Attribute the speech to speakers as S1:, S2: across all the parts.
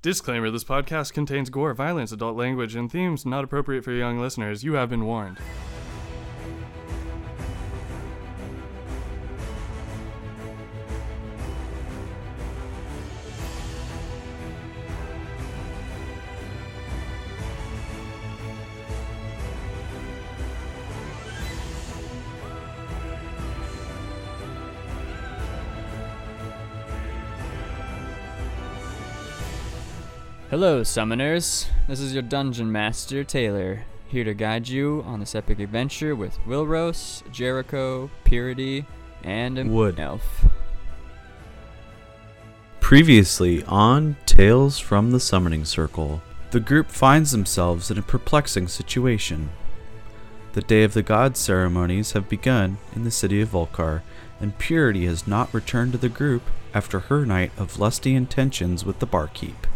S1: Disclaimer this podcast contains gore, violence, adult language, and themes not appropriate for young listeners. You have been warned.
S2: Hello, summoners. This is your dungeon master, Taylor, here to guide you on this epic adventure with Wilros, Jericho, Purity, and an
S3: Wood.
S2: elf.
S3: Previously on Tales from the Summoning Circle, the group finds themselves in a perplexing situation. The Day of the Gods ceremonies have begun in the city of Volcar, and Purity has not returned to the group after her night of lusty intentions with the barkeep.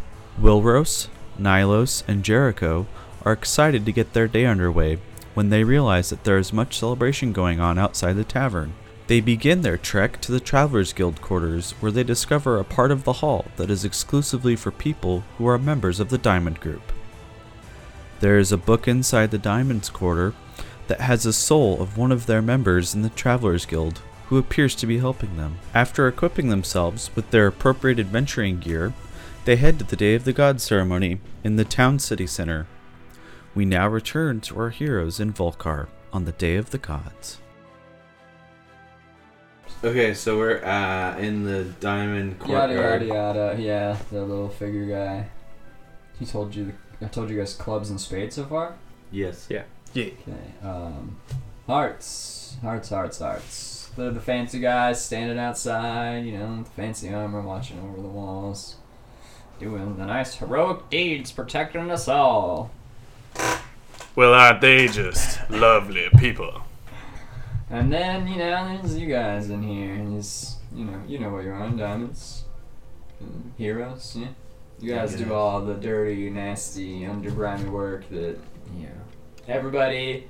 S3: Wilros, Nylos, and Jericho are excited to get their day underway when they realize that there is much celebration going on outside the tavern. They begin their trek to the Travelers Guild quarters where they discover a part of the hall that is exclusively for people who are members of the Diamond Group. There is a book inside the Diamonds quarter that has the soul of one of their members in the Travelers Guild who appears to be helping them. After equipping themselves with their appropriate adventuring gear, they head to the Day of the God ceremony in the town city center. We now return to our heroes in Volcar on the Day of the Gods.
S4: Okay, so we're uh, in the diamond
S2: Yada
S4: courtyard.
S2: yada yada. Yeah, the little figure guy. He told you. The, I told you guys clubs and spades so far.
S4: Yes.
S2: Okay. Um, hearts, hearts, hearts, hearts. They're the fancy guys standing outside, you know, with fancy armor, watching over the walls, doing the nice heroic deeds, protecting us all.
S1: Well, aren't they just lovely people?
S2: And then you know, there's you guys in here, and just you know, you know what you're on, diamonds, Mm, heroes. Yeah, you guys do all the dirty, nasty, undergrimy work that you know everybody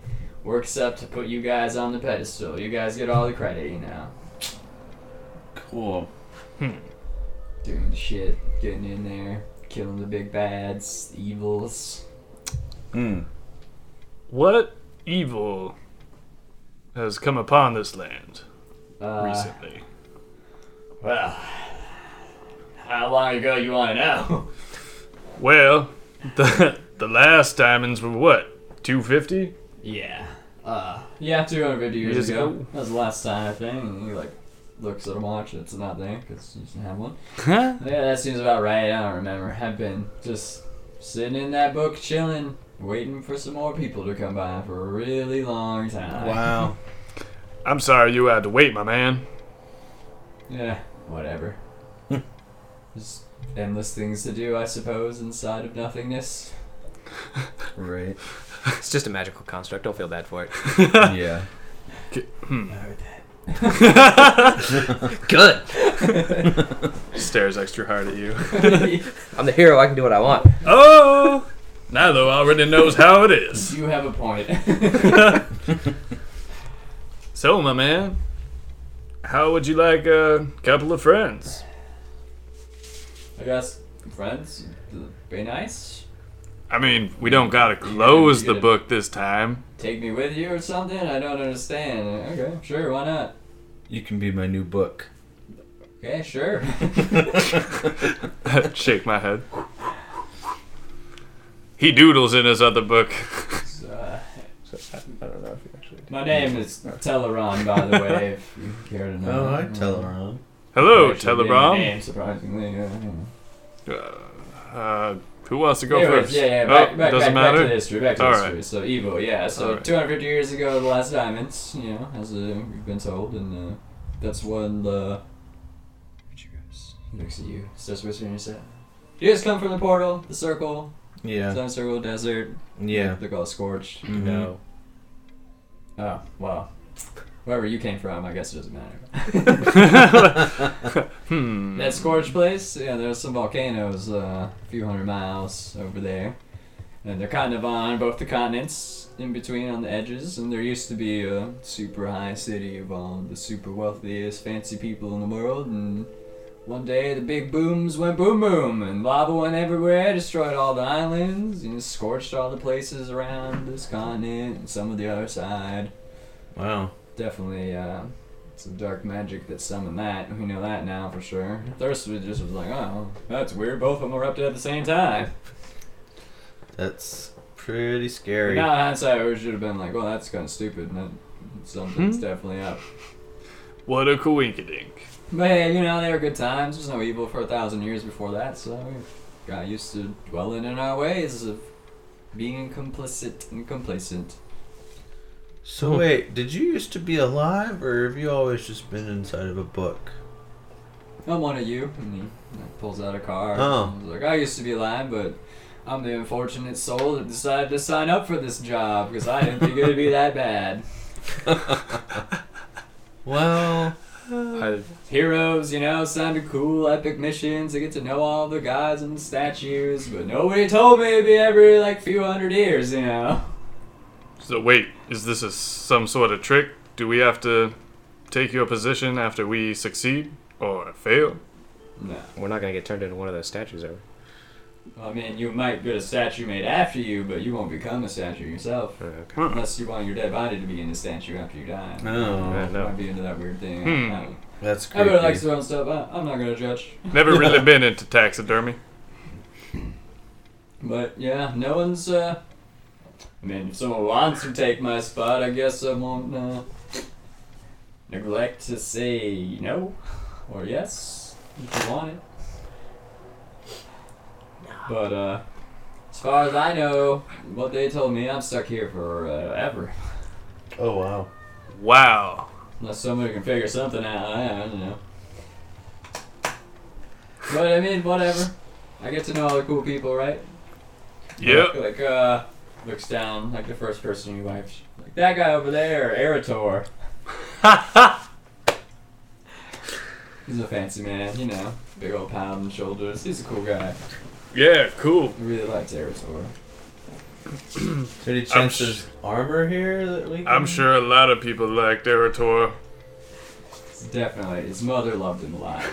S2: works up to put you guys on the pedestal. You guys get all the credit, you know,
S4: Cool.
S2: doing the shit, getting in there, killing the big bads, the evils.
S4: Mm.
S1: What evil has come upon this land
S2: Uh,
S1: recently?
S2: Well, how long ago you want to know?
S1: Well, the, the last diamonds were what? 250?
S2: Yeah. Uh, yeah, 250 years,
S1: Years
S2: ago.
S1: ago.
S2: That was the last time, I think. And he, like, looks at a watch and it's not there because he doesn't have one.
S1: Huh?
S2: Yeah, that seems about right. I don't remember. I've been just sitting in that book, chilling, waiting for some more people to come by for a really long time.
S4: Wow.
S1: I'm sorry you had to wait, my man.
S2: Yeah, whatever. just endless things to do, I suppose, inside of nothingness.
S4: right.
S5: It's just a magical construct. Don't feel bad for it.
S4: yeah.
S2: I heard that.
S5: Good.
S1: Stares extra hard at you.
S5: I'm the hero. I can do what I want.
S1: Oh! Nilo already knows how it is.
S2: You have a point.
S1: So, my man, how would you like a couple of friends?
S2: I guess friends, be nice.
S1: I mean, we don't gotta close the book this time.
S2: Take me with you or something? I don't understand. Okay, sure, why not?
S4: You can be my new book.
S2: Okay, sure.
S1: Shake my head. He doodles in his other book.
S2: It's, uh,
S5: I don't know if you actually.
S2: my name is Teleron, by the way, if you care to know.
S4: Teleron.
S1: Hello,
S2: Actually, my
S1: Telegram.
S2: Name, surprisingly. Yeah, yeah.
S1: Uh, uh, who wants to go
S2: Anyways,
S1: first?
S2: yeah, yeah,
S1: Oh,
S2: back, back,
S1: doesn't
S2: back, back to the
S1: matter.
S2: history, back to the
S1: All
S2: history. So, evil, yeah. So,
S1: All right.
S2: 250 years ago, the last diamonds, you know, as uh, we've been told, and uh, that's when the. Richard goes, He looks at you, starts whispering in his head. You guys come from the portal, the circle,
S4: Yeah.
S2: sun circle, desert,
S4: Yeah.
S2: They're called Scorched.
S4: Mhm.
S5: No.
S2: Oh, wow. Wherever you came from, I guess it doesn't matter.
S1: Hmm.
S2: That Scorched place, yeah, there's some volcanoes uh, a few hundred miles over there. And they're kind of on both the continents, in between on the edges. And there used to be a super high city of all the super wealthiest, fancy people in the world. And One day the big booms went boom boom, and lava went everywhere, destroyed all the islands, and scorched all the places around this continent and some of the other side.
S3: Wow.
S2: Definitely uh, some dark magic that summoned that. We know that now for sure. Thirst was just was like, oh, that's weird. Both of them erupted at the same time.
S3: That's pretty
S2: But
S3: scary.
S2: now in hindsight, we should have been like, well, that's kind of stupid. And that, something's definitely up.
S1: What a coinkydink.
S2: But yeah, you know, they were good times. There's no evil for a thousand years before that, so we got used to dwelling in our ways of being complicit and complacent. Hmm.
S3: So wait, did you used to be alive, or have you always just been inside of a book?
S2: I'm one of you. And he like, pulls out a car.
S3: Oh.
S2: He's like, I used to be alive, but I'm the unfortunate soul that decided to sign up for this job because I didn't think it would be that bad.
S3: Well,
S5: I,
S2: Heroes, you know, sounded cool, epic missions. I get to know all the gods and statues, but nobody told me it'd be every like few hundred years, you know.
S1: So wait, is this a, some sort of trick? Do we have to take your position after we succeed or fail?
S2: No.
S5: we're not gonna get turned into one of those statues, are we?
S2: I mean, you might get a statue made after you, but you won't become a statue yourself.
S5: Oh, okay.
S1: Huh.
S2: Unless you want your dead body to be in a statue after you die.
S3: no,
S5: Yeah, no.
S2: Might be into that weird thing.
S1: Hmm.
S2: I don't know.
S3: that's creepy.
S2: Everybody likes their own stuff. I, I'm not gonna judge.
S1: Never really been into taxidermy.
S2: But yeah, no one's. uh I mean, if someone wants to take my spot, I guess I won't uh, neglect to say no or yes if you want it. But uh, as far as I know, what they told me, I'm stuck here for uh, ever.
S3: oh wow.
S1: Wow.
S2: Unless somebody can figure something out, I don't know. But I mean, whatever. I get to know all the cool people, right?
S1: Yep.
S2: Like, uh, looks down, like the first person you wipes. Like, that guy over there, Erator. He's a fancy man, you know. Big old pound and shoulders. He's a cool guy.
S1: Yeah, cool.
S2: I really liked Erator.
S3: Is there any
S1: I'm
S3: chance
S1: sh-
S3: there's armor here that we? Can...
S1: I'm sure a lot of people like Derator.
S2: It's definitely, his mother loved him a lot.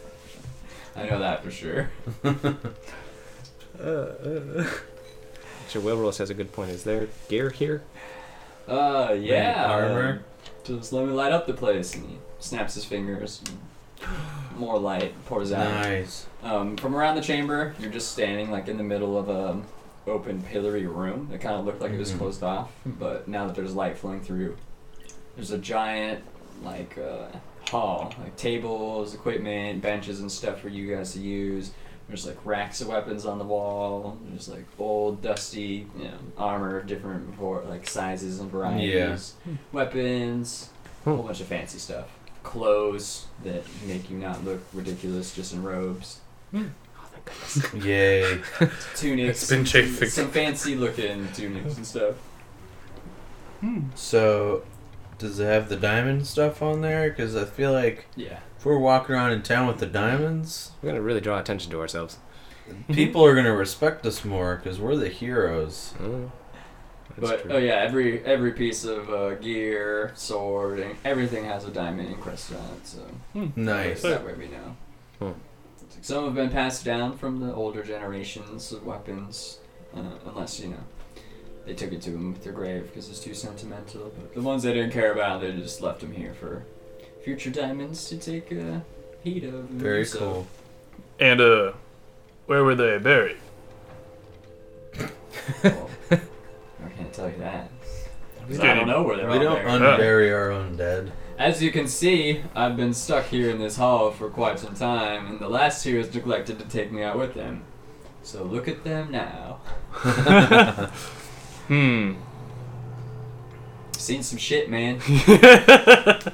S2: I know that for sure.
S5: Sir Wilros has a good point. Is there gear here?
S2: Uh, yeah.
S3: armor?
S2: Just let me light up the place. And he snaps his fingers. And more light pours out.
S3: Nice.
S2: Um, from around the chamber, you're just standing like in the middle of a open pillory room. It kind of looked like it was
S3: Mhm.
S2: closed off, but now that there's light flowing through, there's a giant like uh, hall, like tables, equipment, benches, and stuff for you guys to use. There's like racks of weapons on the wall. There's like old, dusty, you know, armor of different vor- like sizes and varieties. Weapons, a whole bunch of fancy stuff. Clothes that make you not look ridiculous just in robes
S3: Yay.
S2: tunics.
S1: It's been chafing.
S2: Some fancy looking tunics and stuff.
S3: So, does it have the diamond stuff on there? Because I feel like
S2: Yeah.
S3: if we're walking around in town with the diamonds,
S5: We're gonna really draw attention to ourselves.
S2: Mm-hmm.
S3: people are gonna respect us more because we're the heroes.
S5: Mm.
S2: but oh yeah, every every piece of uh, gear, sword, and everything has a diamond encrusted on it. So
S3: Nice.
S2: that way we know.
S5: Hmm.
S2: Some have been passed down from the older generations of weapons, uh, unless you know they took it to them with their grave because it's too sentimental. But the ones they didn't care about, they just left them here for future diamonds to take uh, heed of. and
S3: Very
S2: so-
S3: cool.
S1: And uh, where were they buried?
S2: Well, I can't tell you that. 'Cause I
S1: Kidding.
S2: don't know where they're
S3: We
S2: all
S3: don't
S2: buried.
S3: unbury our own dead.
S2: As you can see, I've been stuck here in this hall for quite some time, and the last two has neglected to take me out with them. So look at them now.
S1: Hmm.
S2: Seen some shit, man.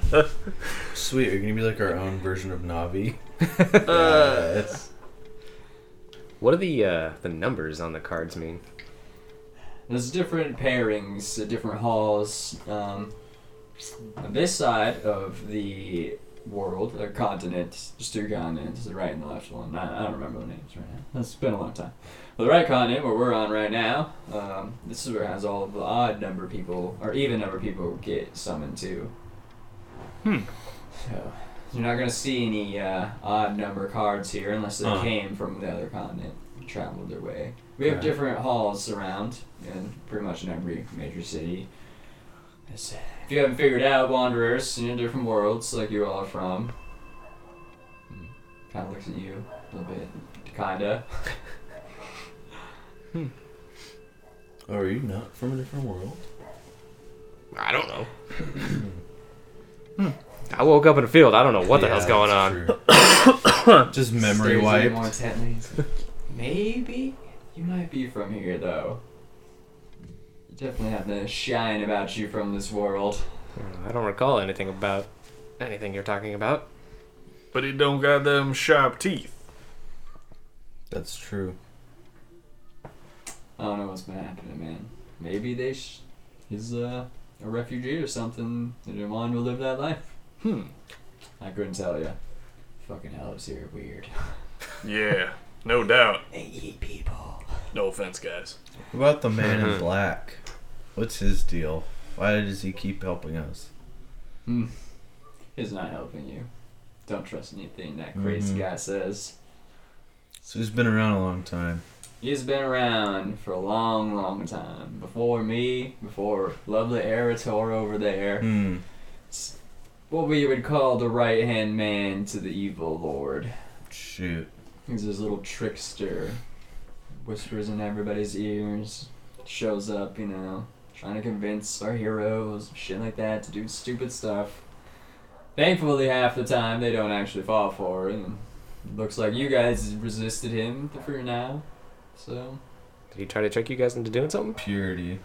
S3: Sweet, we're gonna be like our own version of Navi.
S2: Uh,
S3: Yes.
S5: What do the uh, the numbers on the cards mean?
S2: There's different pairings, uh, different halls. Um, on this side of the world, or continent, just two continents, the right and the left one. I, I don't remember the names right now. It's been a long time. But the right continent, where we're on right now, um, this is where it has all of the odd number of people, or even number of people get summoned to.
S1: Hmm.
S2: So, You're not gonna see any uh, odd number cards here unless they
S3: Huh.
S2: came from the other continent, and traveled their way. We have
S3: Right.
S2: different halls around, in pretty much in every major city. It's- If you haven't figured out, wanderers in different worlds, like you all are from, kind of looks at you a little bit, kinda.
S3: Are you not from a different world?
S5: I don't know. Hmm. I woke up in a field. I don't know what the
S3: Yeah,
S5: hell's going on.
S3: that's true. Just memory
S2: Stays
S3: wipe.
S2: more intently. He's like, Maybe you might be from here though. You definitely have the shine about you from this world.
S5: I don't recall anything about anything you're talking about.
S1: But he don't got them sharp teeth.
S3: That's true.
S2: I don't know what's been happening, man. Maybe they sh- he's uh, a refugee or something. They didn't want him to live that life.
S1: Hmm.
S2: I couldn't tell you. Fucking hell, it's here weird.
S1: Yeah, no doubt.
S2: They eat people.
S1: No offense, guys.
S3: What about the man in
S5: Mhm.
S3: black? What's his deal? Why does he keep helping us?
S2: He's not helping you. Don't trust anything that crazy
S3: Mhm.
S2: guy says.
S3: So he's been around a long time.
S2: He's been around for a long, long time. Before me, before lovely Arator over there.
S3: Hmm.
S2: It's what we would call the right hand man to the evil lord.
S3: Shoot.
S2: He's this little trickster. Whispers in everybody's ears. Shows up, you know, trying to convince our heroes, shit like that, to do stupid stuff. Thankfully, half the time they don't actually fall for it. And looks like you guys resisted him for now. So.
S5: Did he try to trick you guys into doing something?
S3: Purity.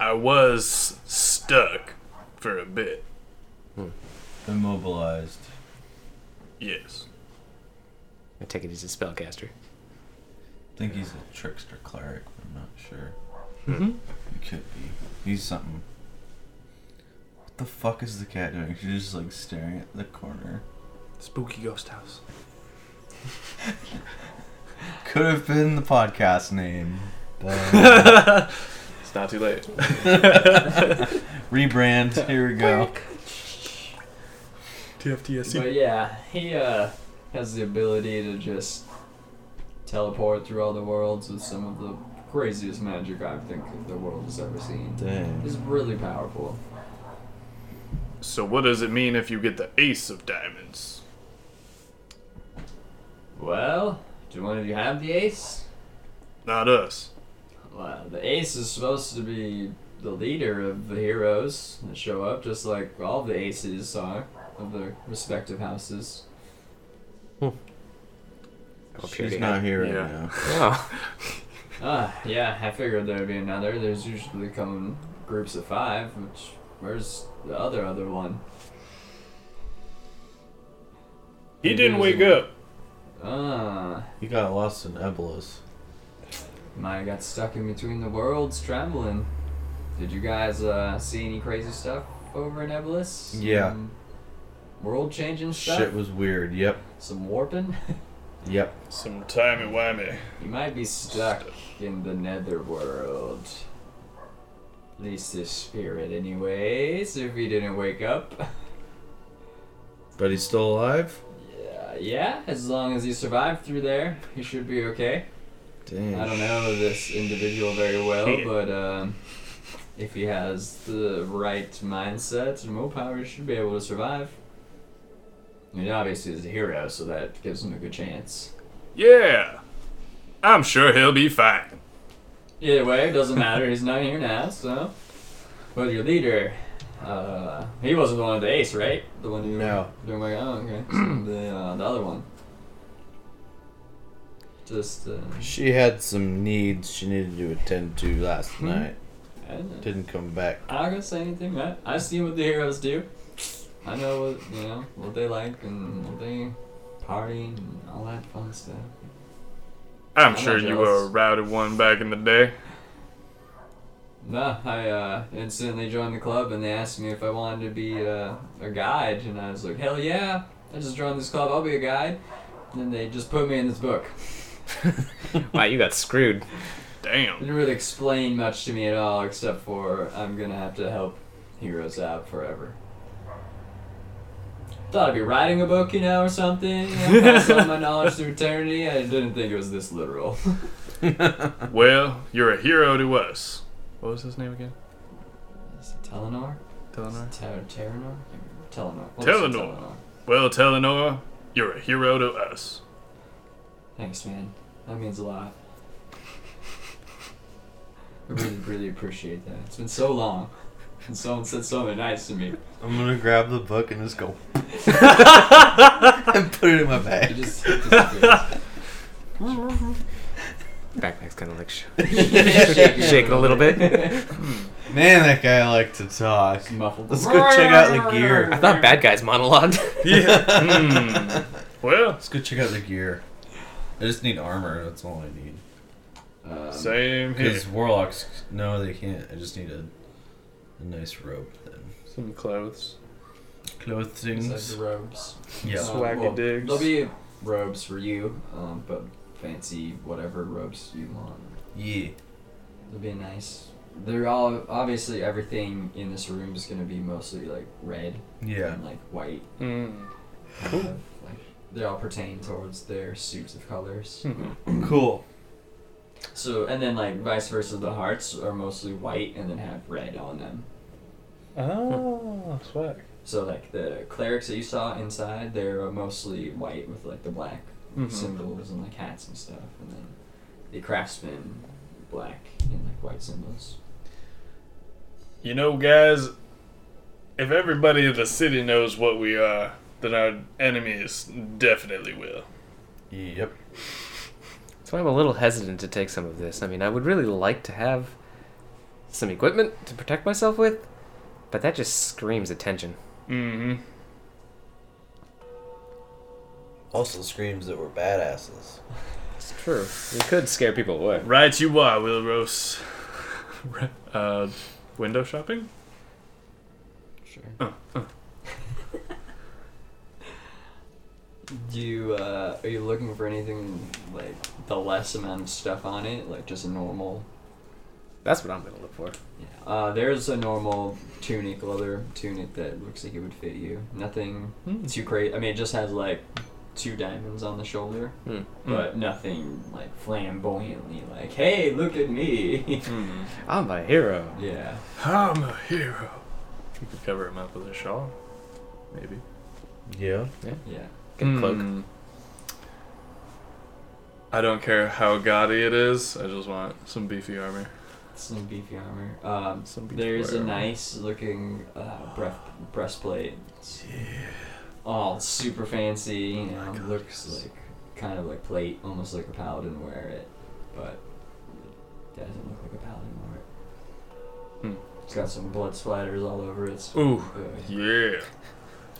S1: I was stuck for a bit.
S3: Immobilized.
S1: Yes.
S5: I take it he's a spellcaster.
S3: I think he's a trickster cleric. I'm not sure.
S5: Mm-hmm.
S3: He could be. He's something. What the fuck is the cat doing? She's just like staring at the corner.
S1: Spooky ghost house.
S3: Could have been the podcast name. but-
S1: It's not too late.
S3: Rebrand. Here we go.
S1: TFTSC.
S2: But yeah, he uh, has the ability to just teleport through all the worlds with some of the craziest magic I think the world has ever seen.
S3: Dang.
S2: It's really powerful.
S1: So what does it mean if you get the ace of diamonds?
S2: Well, do one of you have the ace?
S1: Not us.
S2: Well, the ace is supposed to be the leader of the heroes that show up, just like all the aces are of their respective houses.
S5: Oh,
S3: She's
S5: purity.
S3: not here right
S1: Yeah.
S3: now.
S5: Oh.
S2: Ah, yeah, I figured there'd be another. There's usually come groups of five, which where's the other other one?
S1: He didn't
S2: Maybe
S1: wake
S2: it was
S1: up.
S2: Ah,
S3: He got lost in Ebolas.
S2: might have got stuck in between the worlds traveling. Did you guys uh, see any crazy stuff over in Ebolus?
S3: Yeah.
S2: world changing stuff?
S3: Shit was weird. Yep.
S2: Some warping?
S3: Yep.
S1: Some timey-wimey.
S2: you might be stuck in the netherworld. At least his spirit, anyways, if he didn't wake up.
S3: But he's still alive?
S2: Uh, yeah, as long as you survive through there, you should be okay.
S3: Dang.
S2: I don't know this individual very well, but um, if he has the right mindset and willpower, he should be able to survive. I mean, obviously, he's a hero, so that gives him a good chance.
S1: Yeah. I'm sure he'll be fine.
S2: Either way, it doesn't matter. He's not here now, so. But your leader, uh, he wasn't the one with the ace, right? The one who.
S3: No.
S2: Doing my, oh, okay. So the, uh, the other one. Just. Uh,
S3: She had some needs she needed to attend to last night.
S2: I don't know.
S3: Didn't come back.
S2: I'm not gonna say anything, man. I've seen what the heroes do. I know what you know, what they like and what they party and all that fun stuff.
S1: I'm,
S2: I'm
S1: sure
S2: not
S1: you
S2: jealous.
S1: were a rowdy one back in the day.
S2: Nah, I uh, instantly joined the club and they asked me if I wanted to be uh, a guide and I was like, hell yeah! I just joined this club. I'll be a guide. And then they just put me in this book.
S5: wow, you got screwed.
S1: Damn.
S2: Didn't really explain much to me at all, except for I'm gonna have to help heroes out forever. Thought I'd be writing a book, you know, or something. You know, pass on my knowledge to eternity. I didn't think it was this literal.
S1: Well, you're a hero to us. What was his name again?
S2: Is it Telenor?
S1: Telenor?
S2: Te- Terranor? Telenor. What was it,
S1: Telenor. Well, Telenor, you're a hero to us.
S2: Thanks, man. That means a lot. I really, really appreciate that. It's been so long. And someone said something nice to me.
S3: I'm gonna grab the book and just go. and put it in my
S2: It
S3: bag.
S2: just it disappears.
S5: Backpack's kind of like sh-
S2: Shaking
S5: shaking a little bit.
S3: Man, that guy liked to talk.
S2: It's muffled.
S3: Let's go check out the gear.
S5: I thought bad guys monologued.
S1: Hmm. Well,
S3: Let's go check out the gear. I just need armor. That's all I need.
S2: Um,
S1: same here.
S3: Because warlocks, no, they can't. I just need a, a nice robe then.
S1: Some clothes.
S2: besides
S3: Clothing.
S2: the robes.
S3: Yeah.
S2: Uh,
S1: Swagger
S2: well,
S1: digs.
S2: There'll be robes for you, um, but fancy whatever robes you want.
S3: Yeah.
S2: It'll be nice. They're all obviously everything in this room is gonna be mostly like red
S3: Yeah.
S2: and like white.
S1: Mm.
S2: kind of, Uh, like, they all pertain towards their suits of colors.
S3: Cool.
S2: So and then like vice versa, the hearts are mostly white and then have red on them.
S5: Oh, swag.
S2: So like the clerics that you saw inside, they're mostly white with like the black
S1: Mhm.
S2: symbols and like hats and stuff, and then the craftsmen, black and like white symbols.
S1: You know, guys, if everybody in the city knows what we are, then our enemies definitely will.
S3: Yep.
S5: So I'm a little hesitant to take some of this. I mean, I would really like to have some equipment to protect myself with, but that just screams attention.
S1: Mm
S5: Mm-hmm.
S1: hmm.
S3: Also screams that we're badasses.
S5: It's true. We could scare people away.
S1: Right, you are, Wilros. Re- uh, window shopping?
S5: Sure.
S2: Do you uh, are you looking for anything like the less amount of stuff on it, like just a normal?
S5: That's what I'm gonna look for.
S2: Yeah. Uh, there's a normal tunic, leather tunic that looks like it would fit you. Nothing
S5: Hmm.
S2: too crazy. I mean, it just has like two diamonds on the shoulder,
S5: Hmm.
S2: but nothing like flamboyantly like, "Hey, look at me."
S1: Mm-hmm.
S5: I'm a hero.
S2: yeah.
S1: I'm a hero. You could cover him up with a shawl, maybe.
S3: Yeah.
S2: Yeah.
S5: Get a cloak.
S1: Hmm. I don't care how gaudy it is. I just want some beefy armor.
S2: Some beefy armor. Um,
S1: Some beefy
S2: there's a
S1: armor.
S2: nice looking uh, breath, breastplate. All super fancy, you
S1: Oh
S2: know, looks like kind of like plate, almost like a paladin wear it, but it doesn't look like a paladin wore it.
S1: Hmm.
S2: It's got some blood splatters all over it. It's-
S1: Ooh,
S2: uh,
S1: yeah.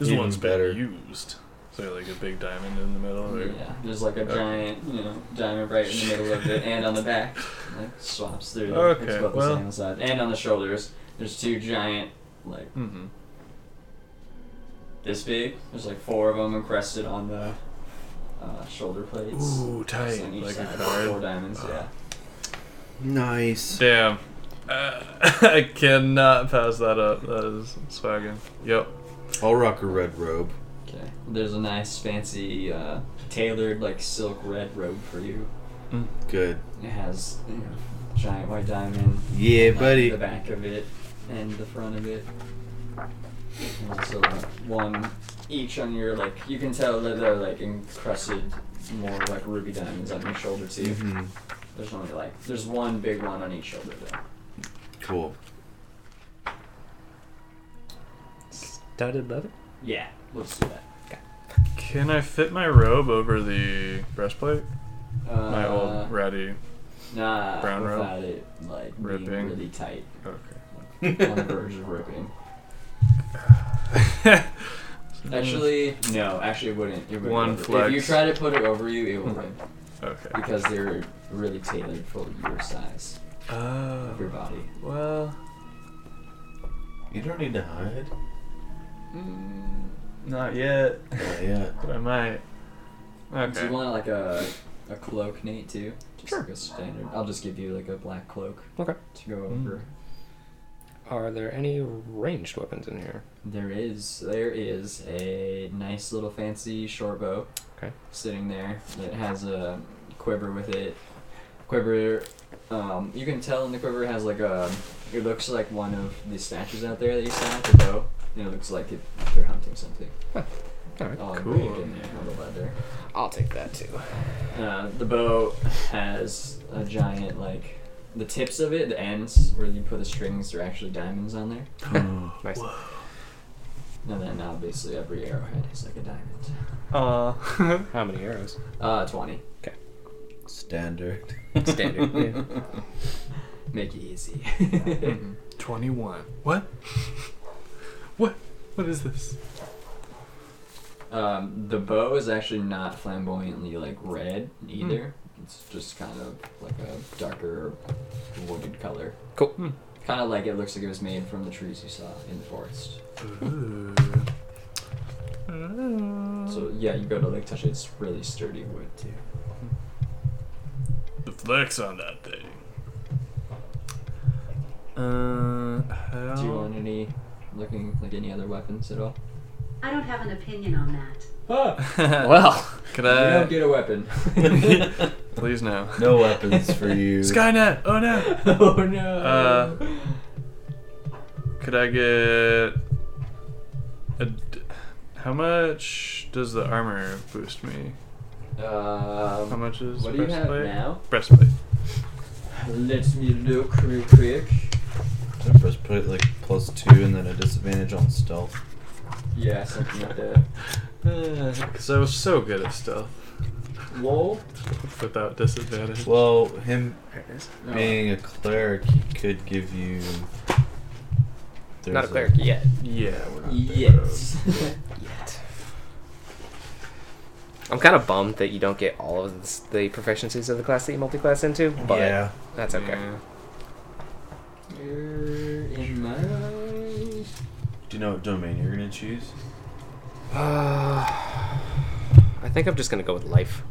S1: This
S3: Even
S1: one's
S3: better.
S1: better used. Is there like a big diamond in the middle? Or...
S2: Yeah, there's like a
S1: Okay.
S2: giant, you know, diamond right in the middle of it, and on the back, like swaps through.
S1: Okay,
S2: it's about
S1: well-
S2: the same size, and on the shoulders, there's two giant, like
S1: Mm-hmm.
S2: this big. There's like four of them encrusted on the uh, shoulder plates.
S1: Ooh,
S2: It's
S1: tight.
S2: on each
S1: Like a
S2: side, Four
S1: card. Oh.
S2: diamonds, yeah.
S3: Nice.
S1: Damn. Uh, I cannot pass that up. That is swagging. Yep.
S3: I'll rock a red robe.
S2: Okay. There's a nice fancy uh, tailored like silk red robe for you.
S3: Good.
S2: It has you know, giant white diamond.
S3: Yeah,
S2: on
S3: buddy.
S2: The back of it and the front of it. And so like, one each on your like you can tell that they're like encrusted more like ruby diamonds on your shoulder too.
S1: Mm-hmm.
S3: hmm
S2: There's only like there's one big one on each shoulder though.
S3: Cool.
S5: Studded leather.
S2: Yeah, let's do that.
S1: Can I fit my robe over the breastplate?
S2: Uh,
S1: My old ratty.
S2: nah,
S1: brown robe?
S2: without it like
S1: Ripping.
S2: being really tight,
S1: Okay.
S2: like, on the verge of ripping. Actually, no, actually it wouldn't. It wouldn't
S1: One
S2: rip. If you
S1: flex.
S2: try to put it over you, it will rip
S1: Okay.
S2: because they're really tailored for your size
S1: Oh.
S2: of your body.
S1: Well.
S3: You don't need to hide.
S2: mm,
S1: Not yet,
S3: Not yet.
S1: but I might.
S2: Do you
S1: Okay.
S2: want like a a cloak, Nate, too?
S1: Mm.
S2: Just like a standard. I'll just give you like a black cloak.
S5: Okay.
S2: To go over.
S5: Are there any ranged weapons in here?
S2: There is there is a nice little fancy short bow.
S5: Okay.
S2: Sitting there that has a quiver with it. Quiver. Um, you can tell in the quiver has like a. It looks like one of the statues out there that you saw with the bow. And it looks like it, they're hunting something.
S5: All right,
S2: All
S5: cool.
S2: engraved in there on the leather.
S5: I'll take that too.
S2: Uh, the bow has a giant like. The tips of it, the ends where you put the strings, are actually diamonds on there.
S3: Oh.
S5: Nice.
S2: And then obviously every arrowhead is like a diamond.
S5: Uh, how many arrows?
S2: Uh, 20.
S3: Standard.
S5: Standard. Yeah.
S2: Make it easy. Mm-hmm.
S1: Mm-hmm. 21. What? What? What is this?
S2: um, the bow is actually not flamboyantly like red either. It's just kind of like a darker wooded color.
S5: Cool.
S1: Hmm.
S2: Kind of like it looks like it was made from the trees you saw in the forest.
S1: Uh.
S2: So yeah, you go to like touch it. It's really sturdy wood too.
S1: The flex on that thing.
S5: Uh,
S2: Do you want any looking like any other weapons at all?
S6: I don't have an opinion on that.
S2: Ah,
S5: well,
S1: Could
S2: you
S1: I?
S2: don't get a weapon.
S1: Please no.
S3: No weapons for you.
S1: Skynet. Oh no.
S2: oh no.
S1: Uh, Could I get a? D- how much does the armor boost me? How
S2: um,
S1: much is
S2: what do you have
S1: breastplate?
S2: now?
S1: Breastplate.
S2: Let me look real quick.
S3: I first put it like plus two and then a disadvantage on stealth.
S2: Yeah, something like that.
S1: Because I was so good at stealth
S2: Lol.
S1: without disadvantage.
S3: Well, him
S5: there it is.
S2: No.
S3: being a cleric, he could give you. there's
S5: Not a cleric yet.
S1: yeah, we're not there,
S2: Yes.
S5: Yet. I'm kind of bummed that you don't get all of this, the proficiencies of the class that you multi-class into, but
S3: yeah.
S5: that's
S1: bro.
S5: okay.
S1: Yeah.
S2: You're in my.
S3: Do you know what domain you're gonna choose?
S5: Uh, I think I'm just gonna go with life,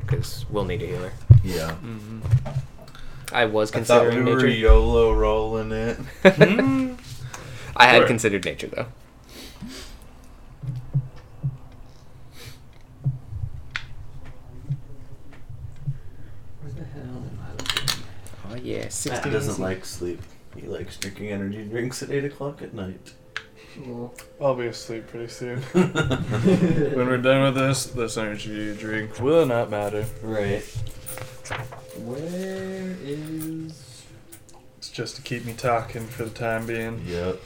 S5: because we'll need a healer.
S3: Yeah.
S2: Mm.
S1: Mm-hmm.
S5: I was
S3: I thought we
S5: considering
S3: were
S5: nature.
S3: YOLO rolling it.
S1: Mm-hmm.
S5: Mm. I had
S1: Sure.
S5: considered nature though.
S2: Where the hell am I looking?
S5: Oh yeah,
S3: He
S5: sixteen.
S3: doesn't like sleep. He likes drinking energy drinks at eight o'clock at night.
S2: Lol.
S1: I'll be asleep pretty soon. when we're done with this, this energy drink will not matter.
S3: Right.
S2: Where is.
S1: It's just to keep me talking for the time being.
S3: Yep.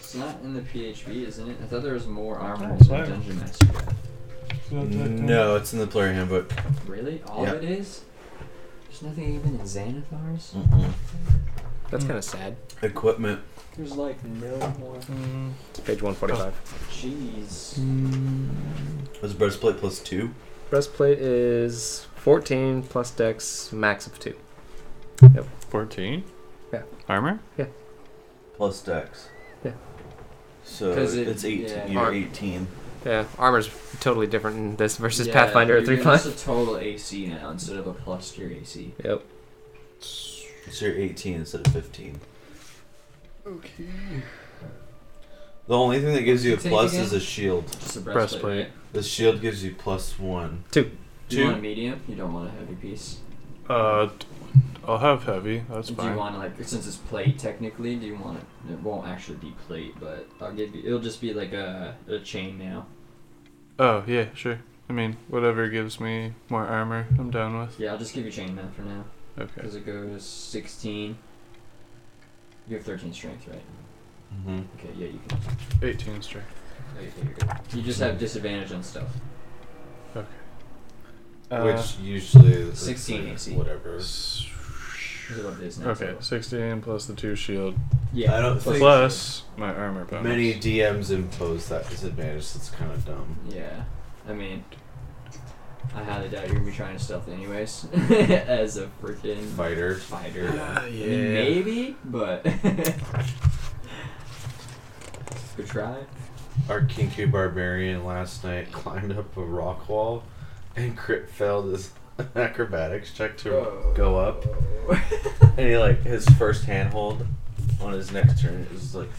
S2: It's not in the PHB, isn't it? I thought there was more armor
S1: That's
S2: in
S1: fine.
S2: Dungeon Master. Guide.
S3: No, it's in the player handbook.
S2: Really? All
S3: Yeah.
S2: of it is? There's nothing even in Xanathars?
S3: Mm-mm.
S5: That's kind of sad.
S3: Equipment.
S2: There's like no more.
S5: It's page one forty-five.
S2: Jeez.
S3: Was breastplate plus two?
S5: Breastplate is fourteen plus dex, max of two.
S1: 14?
S5: Yeah.
S1: Armor?
S3: Plus dex.
S5: Yeah.
S3: So
S2: 'Cause it-
S3: it's 18.
S2: yeah.
S3: You're
S5: Or-
S3: 18.
S5: Yeah, armor's totally different in this versus
S2: Yeah,
S5: Pathfinder at
S2: you're
S5: three
S2: gonna-
S5: plus.
S2: It's a total AC now instead of a plus to your AC.
S5: Yep.
S3: So you're 18 instead of 15. Okay. The only thing that gives you a
S2: Say it
S3: plus
S2: again?
S3: is a shield.
S2: Just a breastplate.
S1: Breastplate.
S2: right?
S3: The shield gives you plus one.
S2: Do you
S3: Two.
S2: want a medium? You don't want a heavy piece.
S1: Uh, d- I'll have heavy. That's
S2: do
S1: fine.
S2: you want to like since it's plate technically? Do you want it? It won't actually be plate, but I'll give you. It'll just be like a, a chain now.
S1: oh, yeah, sure. I mean, whatever gives me more armor, I'm down with.
S2: Yeah, I'll just give you chain now for now
S1: Okay.
S2: because it goes sixteen. You have thirteen strength, right?
S3: Mm-hmm.
S2: Okay, yeah, you can.
S1: 18 strength.
S2: oh, you can- you're good. You just have disadvantage on stuff.
S3: Which usually is
S2: 16 AC.
S3: Whatever.
S1: Uh, s-
S2: This is what it is now,
S1: Okay,
S2: so-
S1: 16 plus the 2 shield.
S2: Yeah.
S3: I don't
S2: plus-
S3: think-
S1: Plus my armor bonus.
S3: Many DMs impose that disadvantage. That's kind of dumb.
S2: Yeah. I mean, I highly doubt you're gonna be trying to stealth anyways, as a freaking
S3: Fighter.
S2: fighter.
S1: Ah,
S2: I mean,
S1: yeah.
S2: maybe, but good try.
S3: Our kinky barbarian last night climbed up a rock wall and crit failed his
S2: Oh.
S3: acrobatics check to go up. And he like his first handhold on his next turn, it was like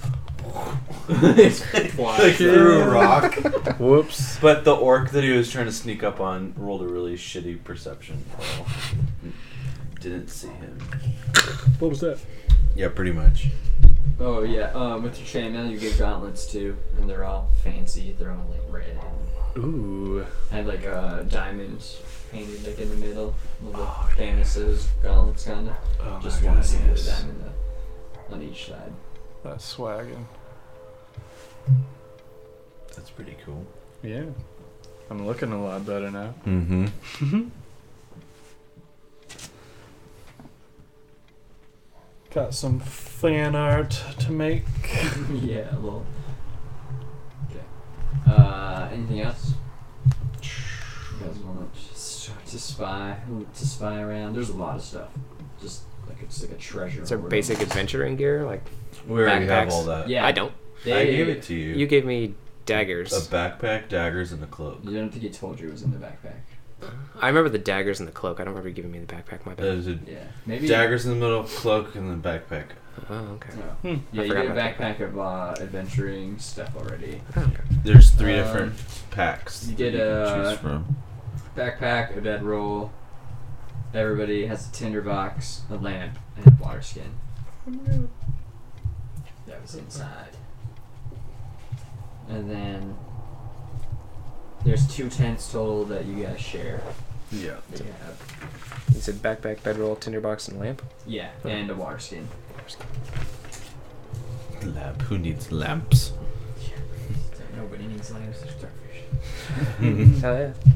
S2: Flies.
S3: through a rock.
S1: Whoops.
S3: But the orc that he was trying to sneak up on rolled a really shitty perception roll. Didn't see him.
S1: What was that?
S3: Yeah, pretty much.
S2: Oh yeah, um, with your chainmail you get gauntlets too, and they're all fancy. They're all like red.
S1: Ooh.
S2: I had like uh, diamonds painted like in the middle, little canises, gauntlets kind of.
S1: Oh
S2: Just one single diamond though, on each side.
S1: That's swagging.
S3: That's pretty cool.
S1: Yeah. I'm looking a lot better now.
S3: Mm-hmm.
S1: Got some fan art to make.
S2: yeah, a little. Okay. Uh, anything else? You guys want to start to spy, look to spy around? There's a lot of stuff. Just like it's like a treasure.
S5: It's our
S2: hoard.
S5: basic adventuring gear. Like
S3: We already
S5: Backpacks.
S3: have all that.
S2: Yeah,
S5: I don't.
S2: They,
S3: I gave it to you.
S5: You gave me
S3: a
S5: daggers.
S3: backpack, daggers, and a cloak.
S2: You don't think he told you it was in the backpack?
S5: I remember the daggers and the cloak. I don't remember you giving me the backpack. My bad.
S3: There's a
S2: Yeah, maybe.
S3: daggers in the middle, cloak, and then backpack.
S5: Oh, okay.
S2: No.
S1: Hmm.
S2: Yeah,
S5: I
S2: you
S5: forgot
S2: get a
S5: about
S2: backpack of uh, adventuring stuff already.
S5: Oh, okay.
S3: There's three
S2: Um,
S3: different packs.
S2: you
S3: that
S2: get
S3: can
S2: a-
S3: choose from.
S2: Backpack, a bedroll. Everybody has a tinderbox, a lamp, and a water skin. That was inside. And then there's two tents total that you guys share.
S3: Yeah.
S2: That you have.
S5: You said backpack, bedroll, tinderbox, and lamp.
S2: Yeah, and a water skin.
S3: Lamp. Who needs lamps?
S2: Nobody needs lamps. There's starfish.
S5: Hell yeah.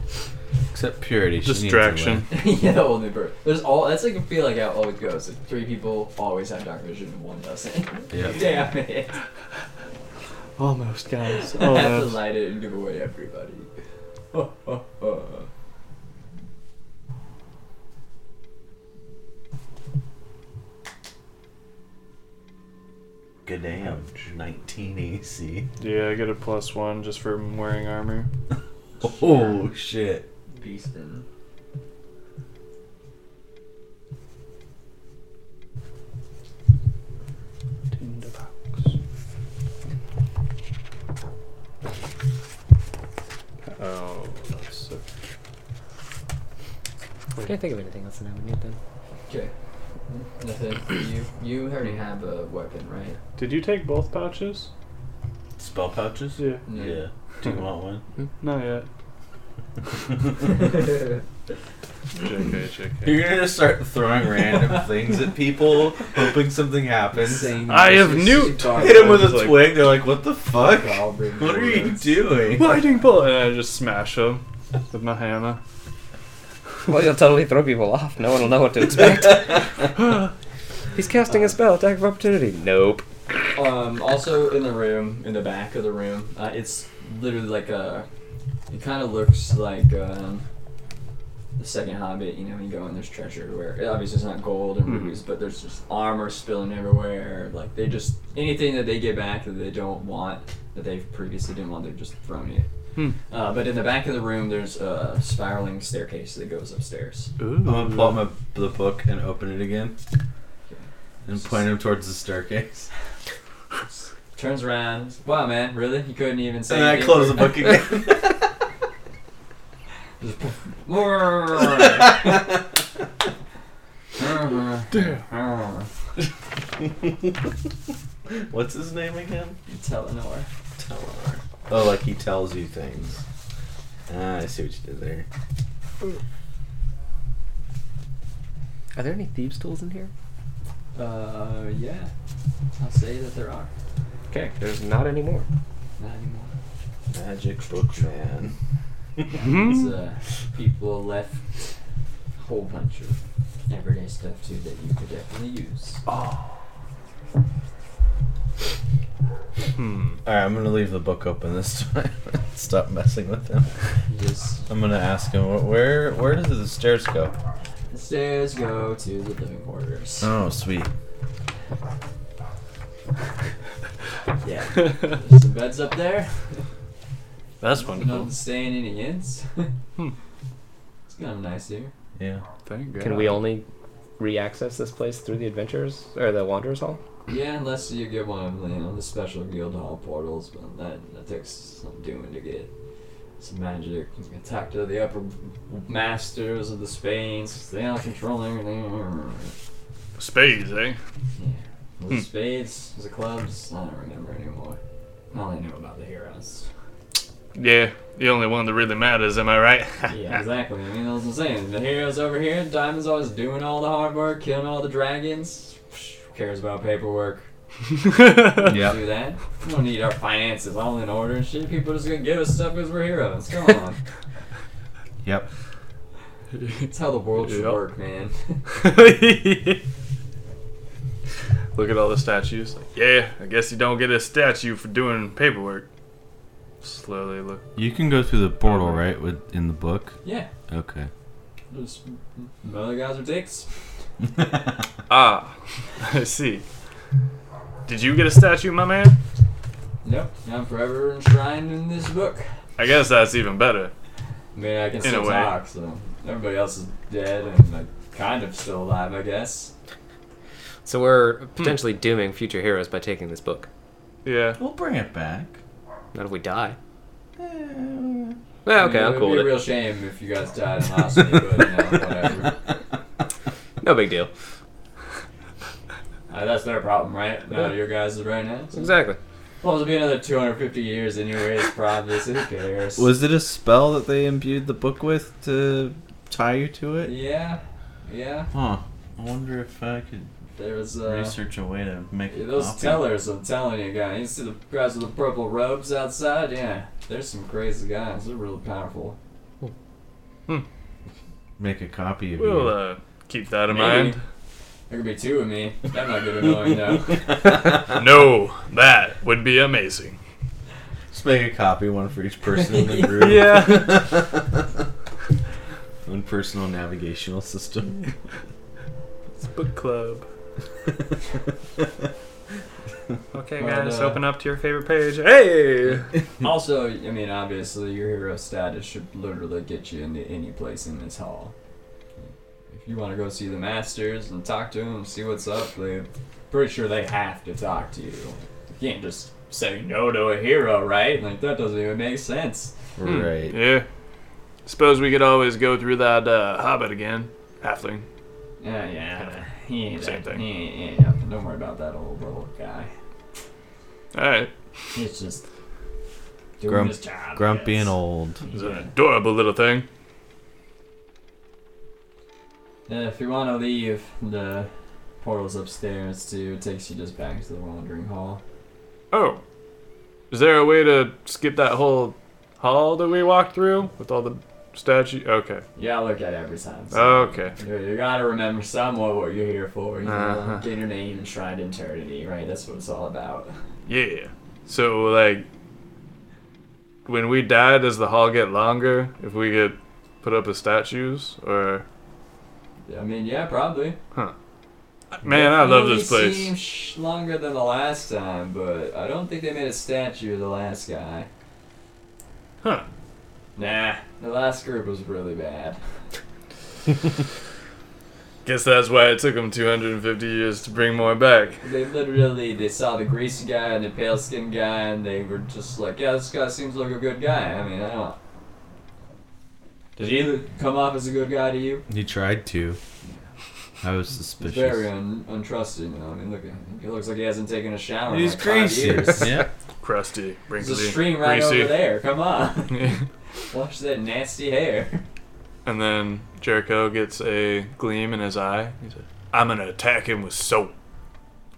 S3: Except purity. She needs a
S1: Distraction.
S3: lamp.
S2: yeah, the only bird. There's all. That's like I feel like how it always goes. Like three people always have dark vision and one doesn't.
S3: Yep.
S2: Damn it!
S1: Almost, guys.
S2: I have to light it and give away everybody. Ho, ho, ho.
S3: Good damn. 19 AC.
S1: Yeah, I get a plus one just for wearing armor.
S3: Oh shit.
S2: Beastin.
S1: Oh, that's so.
S5: Can't think of anything else that I would need then.
S2: Okay. Nothing. You you already have a weapon, right?
S1: Did you take both pouches?
S3: Spell pouches?
S1: Yeah.
S2: No.
S3: Yeah. Do you want one?
S1: Not yet. JK, JK.
S3: You're gonna just start throwing random things at people, hoping something happens. Hit
S1: I have nuked!
S3: them with
S1: It's
S3: a
S1: like-
S3: twig. They're like, "What the fuck?
S2: I'll bring
S3: What are you
S2: bullets.
S3: doing?"
S1: Lightning bolt! And I just smash him with my hammer.
S5: Well, you'll totally throw people off. No one will know what to expect.
S3: Hmm.
S5: He's casting a spell. Attack of opportunity. Nope.
S2: Um, also in the room, in the back of the room, uh, it's literally like a. It kind of looks like um, the second Hobbit. You know, you go and there's treasure everywhere. Obviously, it's not gold and
S1: Mhm.
S2: rubies, but there's just armor spilling everywhere. Like they just anything that they get back that they don't want, that they've previously didn't want, they've just thrown it.
S1: Hmm.
S2: Uh, but in the back of the room, there's a spiraling staircase that goes upstairs.
S1: Ooh.
S3: I'm gonna pull out my the book and open it again, and point him towards the staircase.
S2: Turns around. Wow, man, really? You couldn't even say.
S3: And then I
S2: anything
S3: close
S2: for-
S3: the book again.
S2: Damn.
S3: What's his name again?
S2: Telenor.
S3: Telenor. Oh, like he tells you things. Ah, I see what you did there.
S5: Are there any thieves' tools in here?
S2: Uh, yeah. I'll say that there are.
S5: Okay, there's not any more.
S2: Not anymore.
S3: Magic book man.
S1: Hmm?
S2: These uh, people left a whole bunch of everyday stuff too that you could definitely use.
S3: Oh.
S1: Hmm.
S3: All right, I'm gonna leave the book open this time. Stop messing with him.
S2: You just
S3: I'm gonna ask him wh- where where does the stairs go?
S2: the stairs go to the living quarters.
S3: Oh, sweet.
S2: Yeah. There's some beds up there.
S1: That's
S2: Nothing staying in the inns.
S1: Hmm.
S2: It's kind of nice here.
S3: Yeah.
S1: Thank God.
S5: Can we only re-access this place through the adventures or the wanderers hall?
S2: Yeah, unless you get one of the, you know, the special guild hall portals, but that, that takes some doing to get. Some magic. You can talk to the upper masters of the spades. 'cause They don't control everything.
S1: Spades, eh?
S2: The spades, the clubs. I don't remember anymore. All I know about the heroes.
S1: Yeah, the only one that really matters, am I right?
S2: yeah, exactly. I mean, that's what I'm saying. The heroes over here, Diamond's always doing all the hard work, killing all the dragons. Psh, Who cares about paperwork? Do that. We don't need our finances all in order and shit. People are just gonna give us stuff because we're heroes. Come on.
S3: Yep.
S2: That's how the world should
S1: Yep.
S2: work, man.
S1: Look at all the statues. Like, yeah, I guess you don't get a statue for doing paperwork. Slowly look.
S3: You can go through the portal, right? With in the book.
S2: yeah.
S3: Okay.
S2: Just, other guys are dicks.
S1: Ah, I see. Did you get a statue, my man?
S2: Nope. I'm forever enshrined in this book.
S1: I guess that's even better.
S2: I mean, I can
S1: In
S2: still
S1: a way.
S2: talk, so everybody else is dead and I'm kind of still alive, I guess.
S5: So we're potentially dooming future heroes by taking this book.
S1: Yeah.
S3: We'll bring it back.
S5: Not if we die. Eh. Well, okay,
S2: I mean,
S5: I'm cool
S2: It
S5: with
S2: would be a
S5: it.
S2: real shame if you guys died and lost me, but you know, whatever.
S5: No big deal.
S2: Uh, that's their problem, right? No, your guys is right now. So.
S5: Exactly.
S2: Well, it'll be another 250 years anyways, probably, so who cares?
S7: Was it a spell that they imbued the book with to tie you to it?
S2: Yeah, yeah.
S3: Huh. I wonder if I could
S2: There was, uh...
S3: research a way to make
S2: yeah,
S3: it.
S2: Those tellers, I'm telling you guys. You see the guys with the purple robes outside? Yeah, there's some crazy guys. They're really powerful.
S3: Make a copy of
S1: Hmm. We'll
S3: you.
S1: uh, keep that in
S2: Maybe.
S1: mind.
S2: There could be two of me. That might get annoying, though.
S1: No, that would be amazing.
S3: Just make a copy, one for each person in the group. One personal navigational system.
S1: It's book club. Okay,
S2: Well,
S1: guys,
S2: uh,
S1: open up to your favorite page. Hey!
S2: Also, I mean, obviously, your hero status should literally get you into any place in this hall. If you want to go see the masters and talk to them, see what's up, they pretty sure they have to talk to you. You can't just say no to a hero, right? Like that doesn't even make sense.
S3: Hmm. right.
S1: Hmm. Yeah. Suppose we could always go through that uh, Hobbit again. Halfling.
S2: Uh, yeah, yeah,
S1: Same thing.
S2: Yeah, yeah, don't worry about that old little guy.
S1: Alright.
S2: He's just doing
S7: Grump-
S2: his job. I
S7: Grumpy
S2: guess.
S7: and old.
S1: He's an adorable little thing.
S2: Uh, if you want to leave, the portal's upstairs too. It takes you just back to the wandering hall.
S1: Oh. Is there a way to skip that whole hall that we walked through with all the statue? Okay.
S2: Yeah, I look at it every time. so-
S1: Okay.
S2: You, you gotta remember somewhat what you're here for. You know?
S1: Uh-huh.
S2: Get your name enshrined in eternity, right? That's what it's all about.
S1: Yeah. So, like, when we die, does the hall get longer if we get put up as statues? Or.
S2: I mean, yeah, probably.
S1: Man, I love this
S2: Definitely
S1: place.
S2: seems sh- longer than the last time, but I don't think they made a statue of the last guy.
S1: Huh.
S2: Nah, the last group was really bad.
S1: Guess that's why it took them 250 years to bring more back.
S2: They literally they saw the greasy guy and the pale skinned guy, and they were just like, "Yeah, this guy seems like a good guy." I mean, I don't. Did he come off as a good guy to you?
S3: He tried to. I was
S2: He's
S3: suspicious.
S2: very un- untrusting. You know? I mean, look, at him. he looks like he hasn't taken a shower.
S3: He's
S2: in like
S3: crazy.
S2: Five years.
S3: yeah.
S1: Crusty,
S2: There's a
S1: wrinkly,
S2: stream right
S1: greasy.
S2: over there. Come on, wash that nasty hair.
S1: and then Jericho gets a gleam in his eye. He said, "I'm gonna attack him with soap."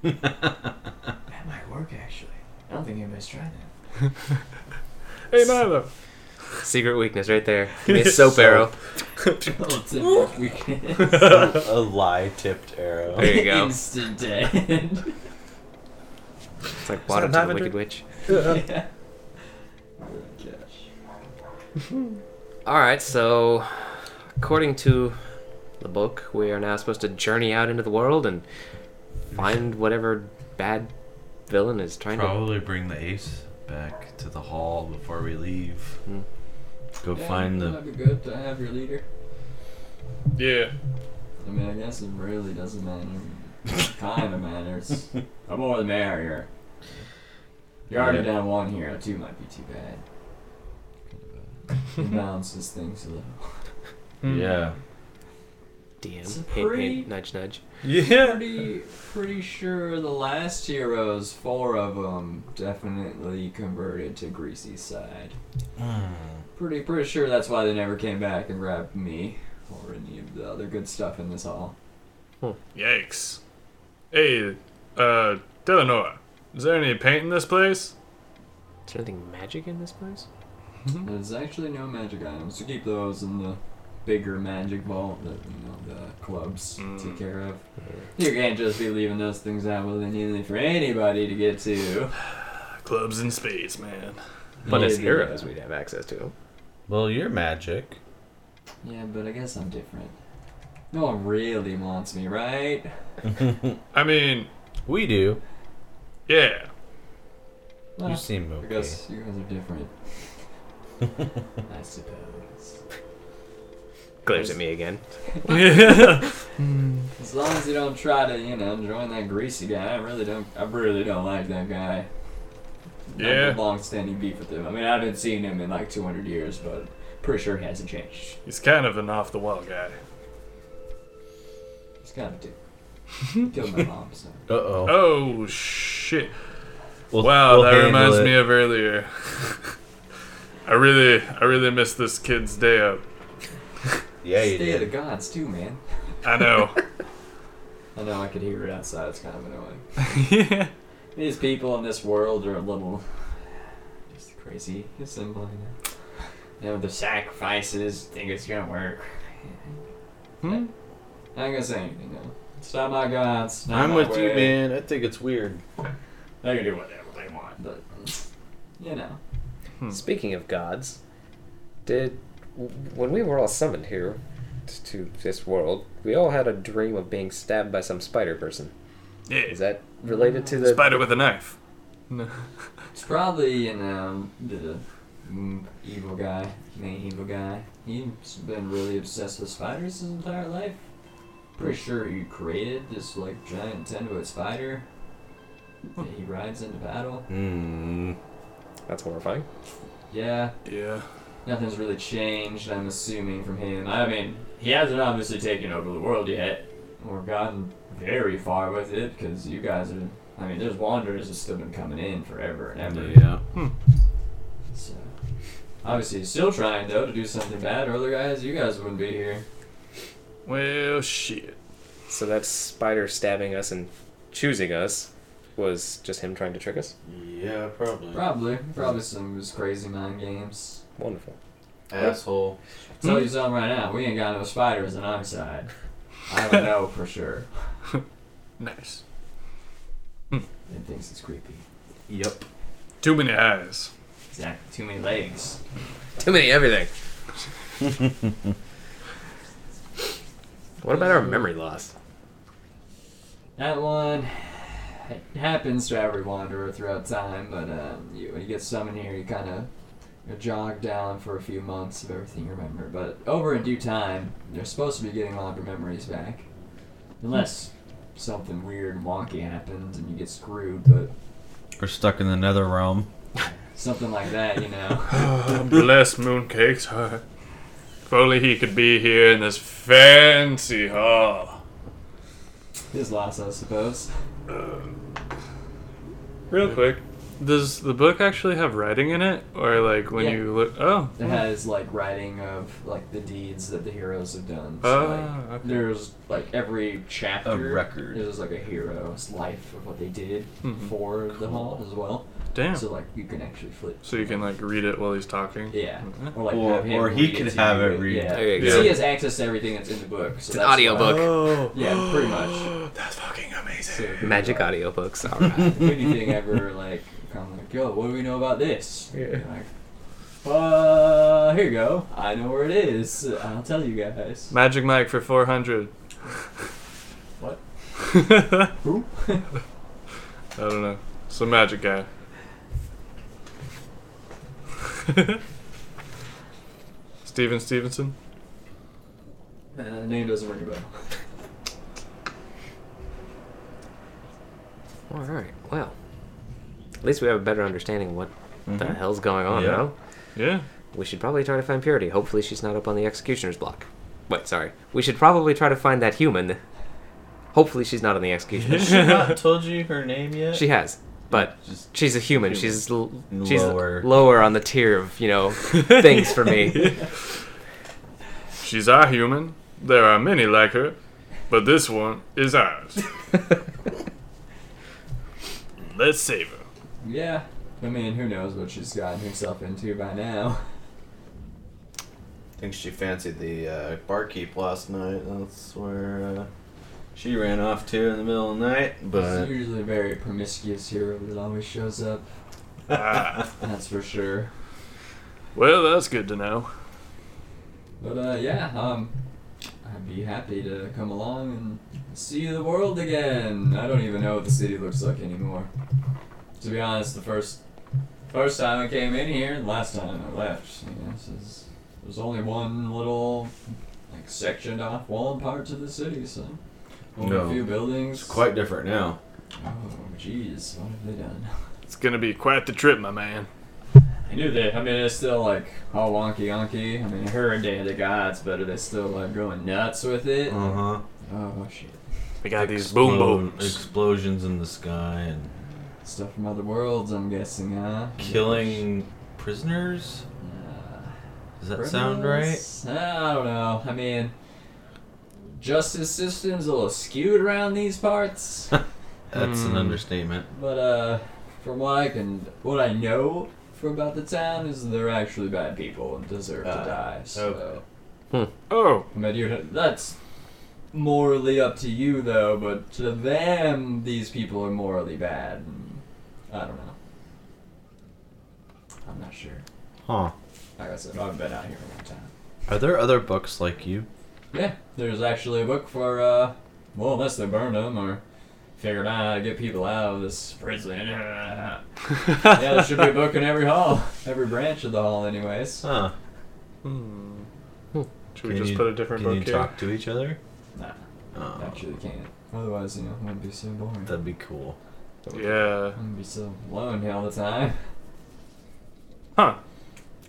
S2: That might work actually. I don't think anybody's tried that.
S1: Hey, Milo.
S5: Secret weakness right there. Give me a soap arrow.
S3: a lie tipped arrow.
S5: There you go.
S2: Instant dead.
S5: It's like water to the
S1: lavender?
S5: Wicked Witch.
S2: yeah. Oh, Gosh.
S5: Alright, so according to the book, we are now supposed to journey out into the world and find whatever bad villain is trying
S3: Probably bring the ace back to the hall before we leave.
S5: Hmm.
S3: Go
S2: Yeah,
S3: find the.
S2: That'd be good to have your leader.
S1: Yeah.
S2: I mean, I guess it really doesn't matter kind of matters. The more the merrier. You're already
S3: Yeah.
S2: down one hero. Two might be too bad. Kind of uh, balances things a little.
S1: Hmm.
S3: Yeah.
S5: DM.
S2: It's a
S5: Hint,
S2: pretty-
S5: hint, nudge, nudge.
S1: Yeah.
S2: Pretty, pretty sure the last heroes, four of them, definitely converted to Greasy side.
S3: Hmm.
S2: Pretty, pretty sure that's why they never came back and grabbed me or any of the other good stuff in this hall.
S1: Yikes. Hey, uh, Delanoa, is there any paint in this place?
S5: Is there anything magic in this place?
S2: There's actually no magic items. You keep those in the bigger magic vault that you know the clubs
S1: Mm.
S2: take care of. You can't just be leaving those things out willy-nilly for anybody to get to.
S1: Clubs in space, man.
S5: But as
S2: Yeah,
S5: heroes, we'd have access to them.
S7: Well, you're magic.
S2: Yeah, but I guess I'm different. No one really wants me, right?
S1: I mean,
S7: We do.
S1: yeah.
S2: Well,
S7: You seem
S2: I
S7: okay.
S2: guess you guys are different. I suppose.
S5: Glares at me again.
S2: As long as you don't try to, you know, join that greasy guy, I really don't. I really don't like that guy.
S1: Yeah.
S2: Not long-standing beef with him. I mean, I haven't seen him in like 200 years, but pretty sure he hasn't changed.
S1: He's kind of an off the wall guy.
S2: He's kind of dude. Killed my mom, so.
S7: Uh oh.
S1: Oh, shit.
S7: We'll,
S1: Wow,
S7: we'll
S1: that
S7: handle
S1: reminds
S7: it.
S1: me of earlier. I really, I really missed this kid's day up.
S7: Yeah, you
S2: Stay of the
S7: did.
S2: gods too, man.
S1: I know.
S2: I know I could hear it outside. It's kind of annoying. These people in this world are a little just crazy. Assembling. You know, the sacrifices. Think it's gonna work.
S1: Hmm?
S2: I ain't gonna say anything though. It's not my gods. it's not
S7: I'm
S2: my
S7: with you,
S2: way.
S7: man. I think it's weird.
S2: They can do whatever they want, but you know. Hmm.
S5: Speaking of gods, did when we were all summoned here t- to this world, we all had a dream of being stabbed by some spider person.
S1: Yeah.
S5: Is that related to the
S1: Spider with a knife. No.
S2: It's probably you know the mm, evil guy, main evil guy. He's been really obsessed with spiders his entire life. Pretty sure he created this like giant ten toed spider. that He rides into battle.
S7: Hmm.
S5: That's horrifying.
S2: Yeah,
S1: Yeah.
S2: nothing's really changed. I'm assuming from him. I mean, he hasn't obviously taken over the world yet, or gotten very far with it, because you guys are. I mean, there's wanderers that's still been coming in forever and ever.
S7: Yeah.
S2: So obviously he's still trying though to do something bad, or otherwise you guys wouldn't be here.
S1: Well, shit.
S5: So that spider stabbing us and choosing us was just him trying to trick us.
S3: Yeah, probably.
S2: Probably, probably some of his crazy mind games.
S5: Wonderful.
S3: Asshole.
S2: Tell you something right now, we ain't got no spiders on our side. I don't know for sure.
S1: Nice.
S2: It thinks it's creepy.
S7: Yep.
S1: Too many eyes.
S2: Exactly. Too many legs.
S5: Too many everything. what about our memory loss?
S2: That one it happens to every wanderer throughout time, but um, you, when you get summoned here, you kind of you jog down for a few months of everything you remember. But over in due time, you're supposed to be getting all of your memories back, unless something weird and wonky happens and you get screwed. But
S7: We're stuck in the nether realm.
S2: something like that, you know.
S1: Oh, Bless Mooncakes heart. If only he could be here in this fancy hall.
S2: His loss, I suppose.
S1: Real quick, does the book actually have writing in it, or like when
S2: Yeah.
S1: you look? Oh,
S2: It
S3: Mm-hmm.
S2: has like writing of like the deeds that the heroes have done. So,
S1: Ah,
S2: like,
S1: okay.
S2: There's like every chapter.
S3: record.
S2: There's like a hero's life of what they did
S1: Mhm.
S2: for the hall as well.
S1: damn.
S2: So like you can actually flip.
S1: So you can like read it while he's talking.
S2: Yeah.
S1: Mhm.
S2: Or like
S3: Or-
S2: have him
S3: or he
S2: read
S3: can
S2: to
S3: have
S2: you.
S3: it read.
S2: Yeah.
S5: There you
S1: go.
S2: So he has access to everything that's in the book. So
S5: It's an
S2: that's
S5: audiobook.
S2: why-
S1: Oh.
S2: Yeah, pretty much.
S1: That's fucking
S2: So
S1: amazing.
S2: if
S5: Magic
S2: you, like,
S5: audiobooks. All right.
S2: if anything ever like I'm like, yo, what do we know about this?
S1: Yeah.
S2: You're Like, uh, here you go. I know where it is. I'll tell you guys.
S1: Magic Mike for four hundred.
S2: What? Uh,
S1: I
S2: Who?
S1: don't know. Some magic guy. Steven Stevenson.
S2: Uh, name doesn't ring a bell.
S5: All right. Well, at least we have a better understanding of what the
S3: Mhm.
S5: hell's going on
S1: Yeah.
S5: now.
S1: Yeah.
S5: We should probably try to find Purity. Hopefully, she's not up on the executioner's block. Wait, sorry. We should probably try to find that human. Hopefully, she's not on the
S3: Has
S5: executioner's.
S3: she not told you her name yet?
S5: she has, but
S3: Just
S5: she's a human.
S3: Human.
S5: She's l-
S3: Lower.
S5: she's lower on the tier of you know things for me.
S1: She's our human. There are many like her, but this one is ours. Let's save her.
S2: Yeah. I mean, who knows what she's gotten herself into by now.
S3: Think she fancied the uh, barkeep last night. That's where uh, she ran off to in the middle of the night. But
S2: She's usually a very promiscuous hero that always shows up.
S1: Ah,
S2: That's for sure.
S1: well, that's good to know.
S2: But uh, yeah, um, I'd be happy to come along and see the world again. I don't even know what the city looks like anymore. To be honest, the first first time I came in here, and last time I left, you know, this is, there's only one little like sectioned off wall and parts of the city, so only
S3: No.
S2: a few buildings.
S3: it's quite different now.
S2: Oh, jeez, what have they done?
S1: It's gonna be quite the trip, my man.
S2: I knew that. I mean, it's still like all wonky yonky. I mean, her and Day of the Gods, but are they still like going nuts with it?
S3: huh.
S2: Oh shit.
S1: We got these boom booms.
S3: Explosions in the sky and
S2: Stuff from other worlds, I'm guessing, huh?
S3: killing prisoners.
S2: Uh,
S3: Does that sound right?
S2: criminals? Uh, I don't know. I mean, justice system's a little skewed around these parts,
S3: That's an
S1: Hmm.
S3: understatement.
S2: but uh, from what I can, what I know from about the town is they're actually bad people and deserve
S3: Ah,
S2: to die. So,
S1: Oh,
S2: I mean, you that's morally up to you though, but to them, these people are morally bad. And I don't know. I'm not sure.
S3: Huh.
S2: Like I said, I've been out here a long time.
S3: Are there other books like you?
S2: Yeah, there's actually a book for, uh, well, unless they burned them or figured out how to get people out of this prison. yeah, there should be a book in every hall, every branch of the hall, anyways.
S3: Huh.
S1: Hmm. Should we
S3: Can
S1: just
S3: you-
S1: put a different
S3: Can
S1: book
S3: you
S1: here?
S3: talk to each other?
S2: Nah,
S3: Oh,
S2: actually can't. Otherwise, you know, it wouldn't be so boring.
S3: that'd be cool.
S1: Yeah.
S2: wouldn't be so lonely all the time.
S1: Huh.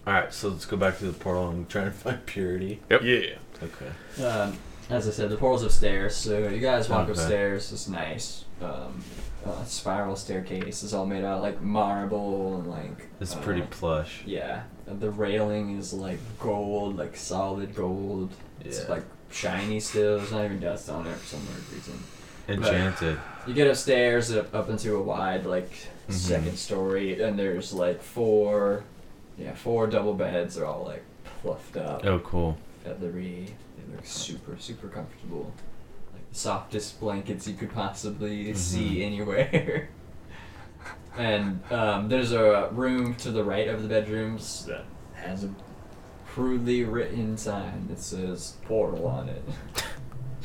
S3: All right, so let's go back to the portal and try to find purity.
S5: Yep.
S1: Yeah.
S3: Okay.
S2: Um, as I said, the portal's upstairs, so you guys walk
S3: Okay.
S2: upstairs. It's nice. Um, uh, spiral staircase is all made out of, like marble and like.
S3: It's
S2: uh,
S3: pretty plush.
S2: Yeah, the railing is like gold, like solid gold. It's
S3: Yeah.
S2: like shiny still. There's not even dust on it for some weird reason.
S3: Enchanted.
S2: You get upstairs up, up into a wide like
S3: Mhm.
S2: second story, and there's like four, yeah, four double beds. They're all like pluffed up,
S3: Oh, cool.
S2: feathery. They look super super comfortable. Like the softest blankets you could possibly see anywhere. and um, there's a room to the right of the bedrooms that has a crudely written sign that says portal on it.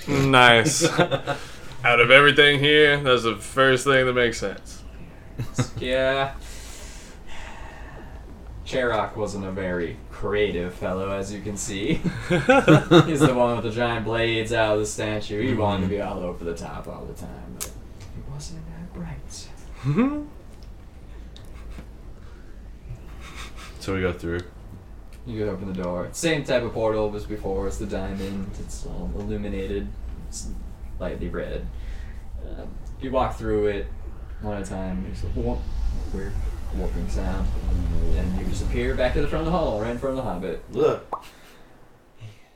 S1: Nice. Out of everything here, that's the first thing that makes sense.
S2: yeah. Cherok wasn't a very creative fellow, as you can see.
S3: Oh,
S2: He's the one with the giant blades out of the statue. He wanted to be all over the top all the time, but he wasn't that bright.
S3: So we go through.
S2: You could open the door. Same type of portal as before. It's the diamond. It's all illuminated, it's lightly red. Um, you walk through it one at a time. There's a whoop, weird warping sound, and you disappear back to the front of the hall, right in front of the hobbit.
S3: Look,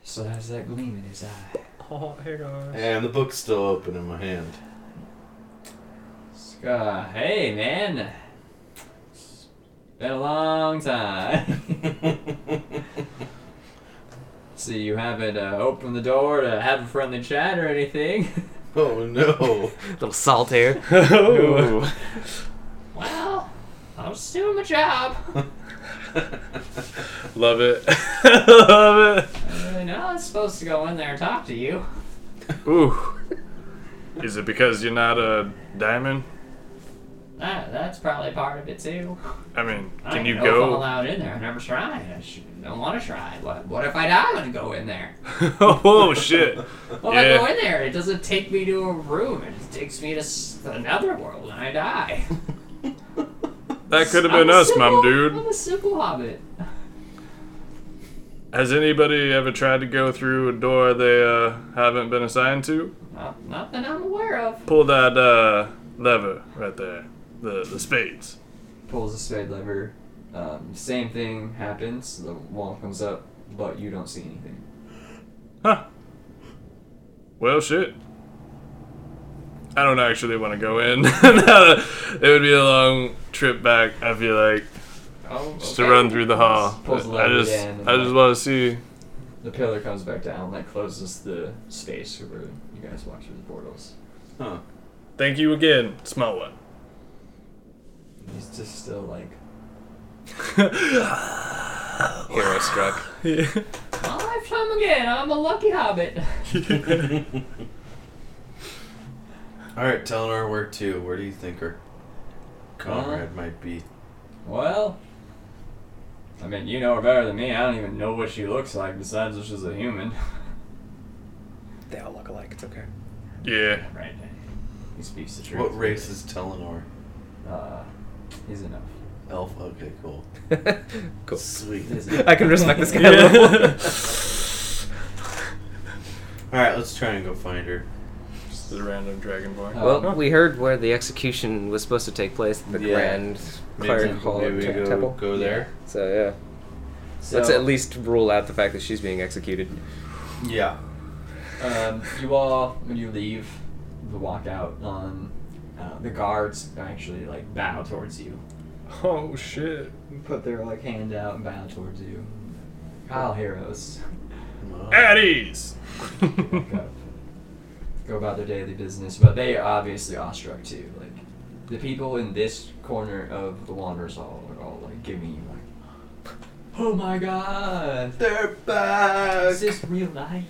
S2: So has that gleam in his eye.
S5: Oh,
S3: and the book's still open in my hand.
S2: Scar, hey man, It's been a long time. See, you haven't uh, opened the door to have a friendly chat or anything.
S3: Oh no!
S5: Little salt here.
S1: Ooh.
S2: Well, I'm still doing my job.
S1: Love it. Love
S2: I don't really know I was supposed to go in there and talk to you.
S1: it. Ooh. Is it because you're not a diamond?
S2: That, that's probably part of it too.
S1: I mean,
S2: I
S1: can
S2: don't
S1: you
S2: know If I'm
S1: go?
S2: allowed in there. I've never tried. I sh- don't want to try. What, what if I die when I go in there?
S1: oh shit!
S2: Well, I go
S1: Yeah.
S2: in there. It doesn't take me to a room. It takes me to s- another world, and I die.
S1: That could have
S2: I'm
S1: been
S2: a
S1: us,
S2: simple-
S1: mum, dude.
S2: I'm a simple hobbit.
S1: Has anybody ever tried to go through a door they uh, haven't been assigned to?
S2: Not, not that I'm aware of.
S1: Pull that uh, lever right there, the the spades.
S2: Pulls the spade lever. Um, same thing happens. The wall comes up, but you don't see anything.
S1: Huh. Well, shit. I don't actually want to go in. it would be a long trip back. I feel like
S2: Oh,
S1: just to run through the hall.
S2: Pulls the
S1: I
S2: lever
S1: just,
S2: down and
S1: I just want to see.
S2: The pillar comes back down. That closes the space where you guys walk through the portals.
S3: Huh.
S1: Thank you again, small one.
S2: He's just still like,
S5: Hero struck.
S2: my lifetime again. I'm a lucky hobbit.
S3: Alright, Telenor, where to? Where do you think her comrade might be?
S2: Well, I mean, you know her better than me. I don't even know what she looks like besides that she's a human.
S5: They all look alike. It's okay.
S1: Yeah.
S2: Right. He speaks the truth.
S3: What race is Telenor?
S2: Uh, he's enough.
S3: Elf? Okay, cool.
S5: cool.
S3: Sweet.
S2: He's
S5: I
S2: enough.
S5: can respect this guy a little more.
S1: Yeah.
S3: Alright, let's try and go find her.
S1: Just a random dragonborn.
S2: Oh.
S5: Well, we heard where the execution was supposed to take place at the
S3: Yeah.
S5: Grand Cleric Hall
S3: maybe we
S5: Te-
S3: go,
S5: Temple.
S3: go there?
S5: So yeah,
S2: So,
S5: let's at least rule out the fact that she's being executed.
S3: Yeah.
S2: um, you all, when you leave the walkout, um, uh, the guards actually like bow towards you.
S1: Oh shit.
S2: Put their like hand out and bow towards you. Kyle heroes. Oh.
S1: At ease. Hmm,
S2: Back up. Go about their daily business, but they are obviously awestruck too. Like the people in this corner of the Wanderers Hall are all like giving you like, "Oh my God,
S3: They're back!
S2: is this real life?"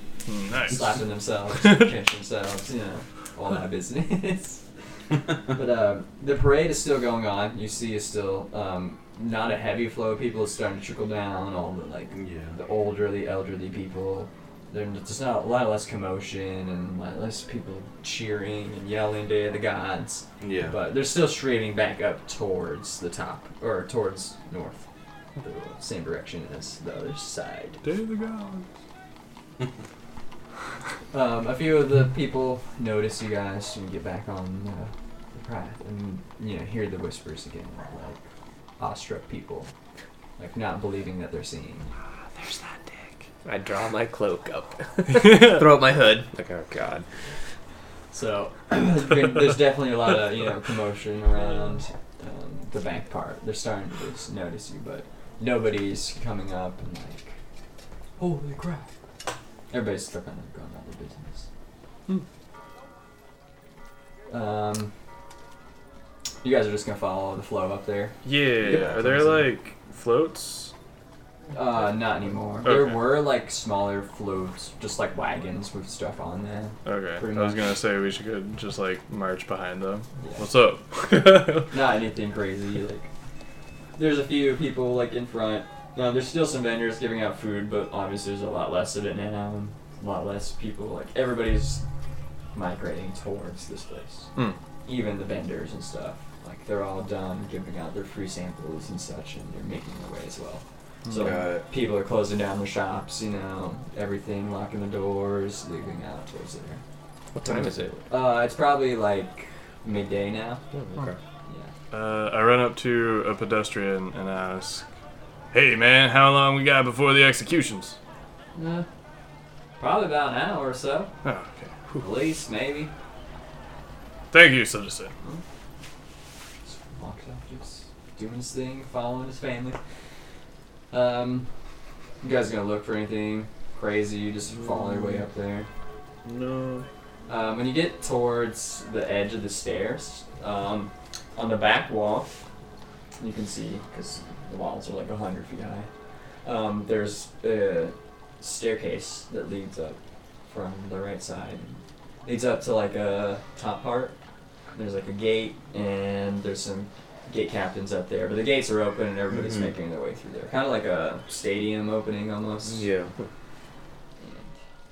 S1: nice.
S2: Slapping themselves, catching themselves, you know, all that business. but
S3: uh,
S2: um, the parade is still going on. You see, is still um, not a heavy flow of people. It's starting to trickle down. All the like
S3: yeah.
S2: the elderly, elderly people. There- There's not a lot less commotion and a lot less people cheering and yelling to the gods.
S3: Yeah.
S2: But they're still streaming back up towards the top, or towards north. The same direction as the other side.
S1: Day of the gods.
S2: Um, a few of the people notice you guys and get back on uh, the path and, you know, hear the whispers again, like awestruck people, like not believing that they're seeing.
S5: Oh, There's that dick. I draw my cloak up, throw up my hood. Like oh god.
S2: So there's been- there's definitely a lot of you know commotion around um, the back part. They're starting to just notice you, but nobody's coming up and like, holy crap! Everybody's stuck on going about their business. Um, you guys are just gonna follow the flow up there.
S1: Yeah.
S2: Yeah,
S1: Are there
S2: amazing.
S1: like floats?
S2: Uh, not anymore.
S1: Okay.
S2: There were like smaller floats, just like wagons with stuff on there.
S1: Okay.
S2: Pretty
S1: I was
S2: much.
S1: gonna say we should go just like march behind them.
S2: Yeah.
S1: What's up?
S2: not anything crazy. Like, there's a few people like in front. No, there's still some vendors giving out food, but obviously there's a lot less of it now. And a lot less people. Like everybody's migrating towards this place.
S1: Hmm.
S2: Even the vendors and stuff. Like they're all done giving out their free samples and such, and they're making their way as well. So
S3: Got it.
S2: people are closing down their shops. You know, everything, locking the doors, leaving out towards there.
S5: What time is it?
S2: Uh, it's probably like midday now.
S5: Oh, okay.
S2: Yeah.
S1: Uh, I run up to a pedestrian and ask, "Hey, man, how long we got before the executions?"
S2: Uh, probably about an hour or so.
S1: Oh, okay.
S2: At least, maybe.
S1: Thank you, citizen.
S2: Just walks up, just doing his thing, following his family. Um, you guys gonna look for anything crazy? You just follow your way up there.
S1: No.
S2: Um, when you get towards the edge of the stairs, um, on the back wall, you can see because the walls are like hundred feet high. Um, there's a staircase that leads up from the right side, leads up to like a top part, There's like a gate, and there's some gate captains up there, but the gates are open and everybody's
S3: Mhm.
S2: making their way through there. Kind of like a stadium opening almost.
S5: Yeah.